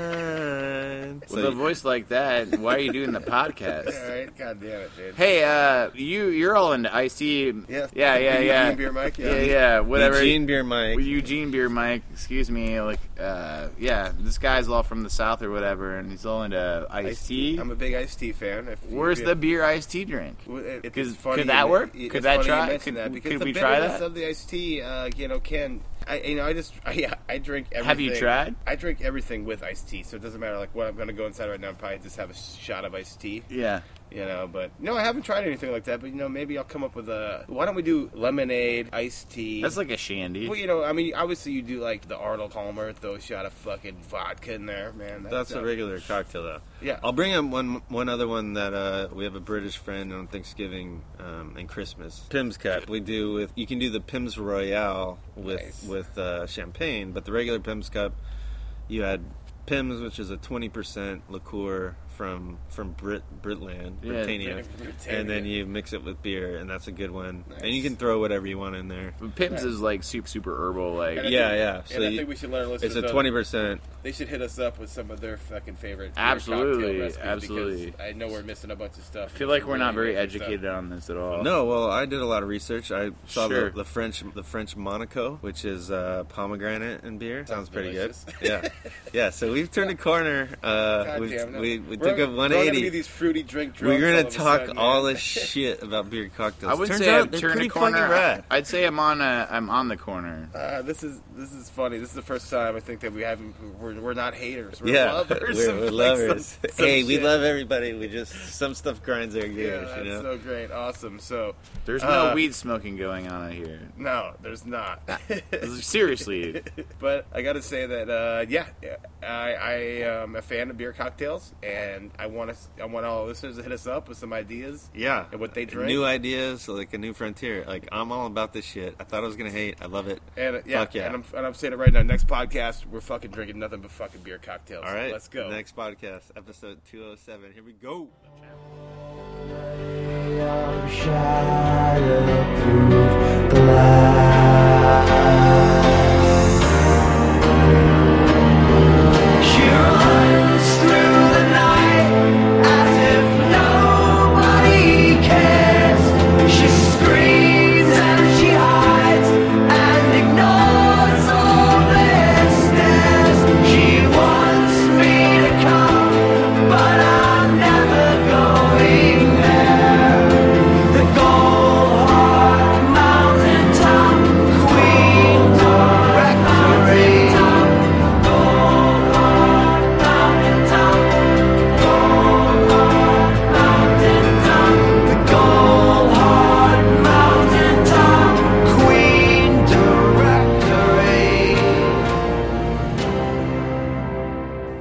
Speaker 2: mind.
Speaker 3: With a voice like that, why are you doing the podcast?
Speaker 1: All right, god damn it, dude.
Speaker 3: Hey, uh, you you're all into IC.
Speaker 1: Yes.
Speaker 3: Yeah, yeah,
Speaker 1: Eugene
Speaker 3: yeah.
Speaker 1: Beer Mike, yeah.
Speaker 3: Yeah, yeah. Whatever.
Speaker 2: Eugene Beer Mike.
Speaker 3: Well, Eugene Beer Mike, excuse me, like, uh, yeah, this guy's all from the south or whatever, and he's all into iced tea.
Speaker 1: I'm a big iced tea fan. If you-
Speaker 3: Where's
Speaker 1: if-
Speaker 3: the beer iced tea drink?
Speaker 1: Well, it- it's
Speaker 3: Could-
Speaker 1: funny
Speaker 3: could that
Speaker 1: you-
Speaker 3: work?
Speaker 1: it's
Speaker 3: Could that
Speaker 1: funny you
Speaker 3: try-
Speaker 1: mention
Speaker 3: could-
Speaker 1: that because
Speaker 3: could
Speaker 1: the
Speaker 3: we try
Speaker 1: bitterness
Speaker 3: that?
Speaker 1: Of the iced tea, uh, you know, can I? You know, I just I, yeah, I drink. everything.
Speaker 3: Have you tried?
Speaker 1: I drink everything with iced tea, so it doesn't matter like what I'm going to go inside right now. and Probably just have a shot of iced tea,
Speaker 3: Yeah.
Speaker 1: you know. But no, I haven't tried anything like that. But you know, maybe I'll come up with a. Why don't we do lemonade, iced tea?
Speaker 3: That's like a shandy.
Speaker 1: Well, you know, I mean, obviously you do like the Arnold Palmer, throw a shot of fucking vodka in there, man.
Speaker 2: That's a
Speaker 1: uh,
Speaker 2: regular cocktail, though.
Speaker 1: Yeah.
Speaker 2: I'll bring up one one other one that uh, we have a British friend on Thanksgiving um, and Christmas. Pim's Cup. We do with you can do the Pim's Royale with
Speaker 1: Nice.
Speaker 2: with uh, champagne, but the regular Pim's Cup, you add Pim's, which is a twenty percent liqueur from from Brit Britland,
Speaker 3: Yeah,
Speaker 2: Britannia,
Speaker 1: Britannia.
Speaker 2: and then you mix it with beer, and that's a good one.
Speaker 1: Nice.
Speaker 2: And you can throw whatever you want in there.
Speaker 3: But Pibbs is like super, super herbal. Like
Speaker 1: And I
Speaker 2: yeah,
Speaker 1: think-
Speaker 2: yeah. So
Speaker 1: and I
Speaker 2: you-
Speaker 1: think we should let our listeners
Speaker 2: It's a
Speaker 1: know-
Speaker 2: twenty percent.
Speaker 1: They should hit us up with some of their fucking favorite. beer
Speaker 3: Absolutely,
Speaker 1: cocktail recipes because
Speaker 3: absolutely.
Speaker 1: I know we're missing a bunch of stuff.
Speaker 3: I feel like we're not very educated on this at all.
Speaker 2: No, well, I did a lot of research. I saw
Speaker 3: Sure.
Speaker 2: the, the French, the French Monaco, which is uh, pomegranate and beer. Sounds pretty
Speaker 1: delicious.
Speaker 2: good. Yeah, yeah. So we've turned a corner. Uh, we we, we took a one
Speaker 1: We're gonna be
Speaker 2: eighty.
Speaker 1: these fruity drink.
Speaker 2: We're gonna
Speaker 1: drunks all
Speaker 2: talk
Speaker 1: of a sudden,
Speaker 2: all
Speaker 1: man.
Speaker 2: this shit about beer cocktails.
Speaker 3: I wouldn't
Speaker 2: Turns
Speaker 3: say
Speaker 2: out
Speaker 3: I've
Speaker 2: they're
Speaker 3: turned a
Speaker 2: pretty
Speaker 3: corner.
Speaker 2: fucking rad.
Speaker 3: I'd say I'm on a, I'm on the corner.
Speaker 1: Uh, this is this is funny. This is the first time I think that we haven't. We're, we're not haters. We're
Speaker 2: yeah,
Speaker 1: lovers.
Speaker 2: we're,
Speaker 1: of,
Speaker 2: we're
Speaker 1: like,
Speaker 2: lovers.
Speaker 1: some- some
Speaker 2: hey, we
Speaker 1: shit.
Speaker 2: love everybody. We just some stuff grinds our
Speaker 1: Yeah,
Speaker 2: gears.
Speaker 1: that's
Speaker 2: you know.
Speaker 1: so great. Awesome. So
Speaker 3: There's no
Speaker 1: Uh,
Speaker 3: weed smoking going on out here.
Speaker 1: no, there's not.
Speaker 3: Seriously,
Speaker 1: but I gotta say that uh, yeah, I, I am a fan of beer cocktails, and I want us, I want all our listeners to hit us up with some ideas.
Speaker 2: yeah,
Speaker 1: and what they drink.
Speaker 2: new ideas, like a new frontier. Like I'm all about this shit. I thought I was gonna hate. I love it.
Speaker 1: And uh, yeah,
Speaker 2: Fuck yeah.
Speaker 1: and I'm, and I'm saying it right now. Next podcast, we're fucking drinking nothing but fucking beer cocktails.
Speaker 2: All right.
Speaker 1: let's go.
Speaker 2: Next podcast, episode 207. Here we go.
Speaker 4: Shadow-proof glass. She runs through the night as if nobody cares. She screams and she hides and ignores all their stares. She wants me to come, but I'm never going there. The gold heart mountain top queen directory. Gold heart mountain top. Gold heart mountain top. The gold heart mountain top queen directory.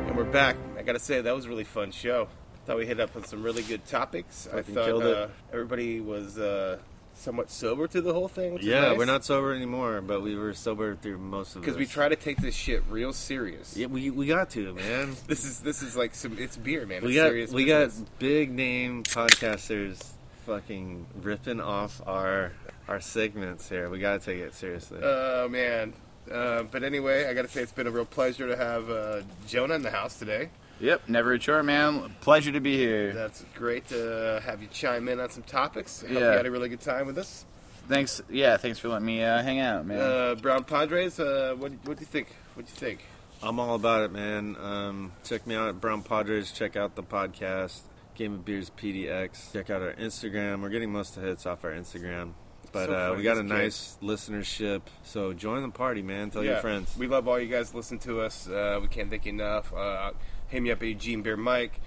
Speaker 1: And we're back. I gotta say that was a really fun show. Thought we hit up on some really good topics. I
Speaker 2: Fucking
Speaker 1: thought
Speaker 2: killed it.
Speaker 1: uh, everybody was uh, somewhat sober through the whole thing. Which
Speaker 2: Yeah, we're not sober anymore, but we were sober through most of
Speaker 1: because we
Speaker 2: this.
Speaker 1: try to take this shit real serious.
Speaker 2: Yeah, we we got to man.
Speaker 1: This is this is like some it's beer, man.
Speaker 2: we
Speaker 1: It's
Speaker 2: got
Speaker 1: serious
Speaker 2: we
Speaker 1: business.
Speaker 2: got big name podcasters fucking ripping off our our segments here. We got to take it seriously.
Speaker 1: Oh man. Uh, but anyway, I gotta say it's been a real pleasure to have uh, Jonah in the house today.
Speaker 3: yep, never a chore, man. Pleasure to be here.
Speaker 1: That's great to have you chime in on some topics. Hope you
Speaker 3: Yeah.
Speaker 1: had a really good time with us.
Speaker 3: Thanks, yeah, thanks for letting me uh, hang out, man.
Speaker 1: Uh, Brown Padres, uh, what what do you think? What do you think?
Speaker 2: I'm all about it, man. Um, check me out at Brown Padres. Check out the podcast Game of Beers PDX. Check out our Instagram. We're getting most of the hits off our Instagram, but
Speaker 1: So
Speaker 2: uh,
Speaker 1: funny,
Speaker 2: we got
Speaker 1: these
Speaker 2: a nice listenership. So join the party, man. Tell your friends.
Speaker 1: We love all you guys. Listen to us. Uh, we can't thank you enough. Uh, hit me up at Eugene Beer Mike.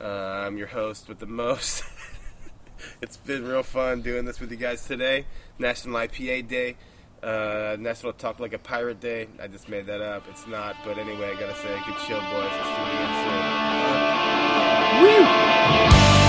Speaker 1: Uh, I'm your host with the most. it's been real fun doing this with you guys today. National IPA Day. Uh, National Talk Like a Pirate Day. I just made that up. It's not, but anyway, I gotta say, good show, boys. Let's do it again soon.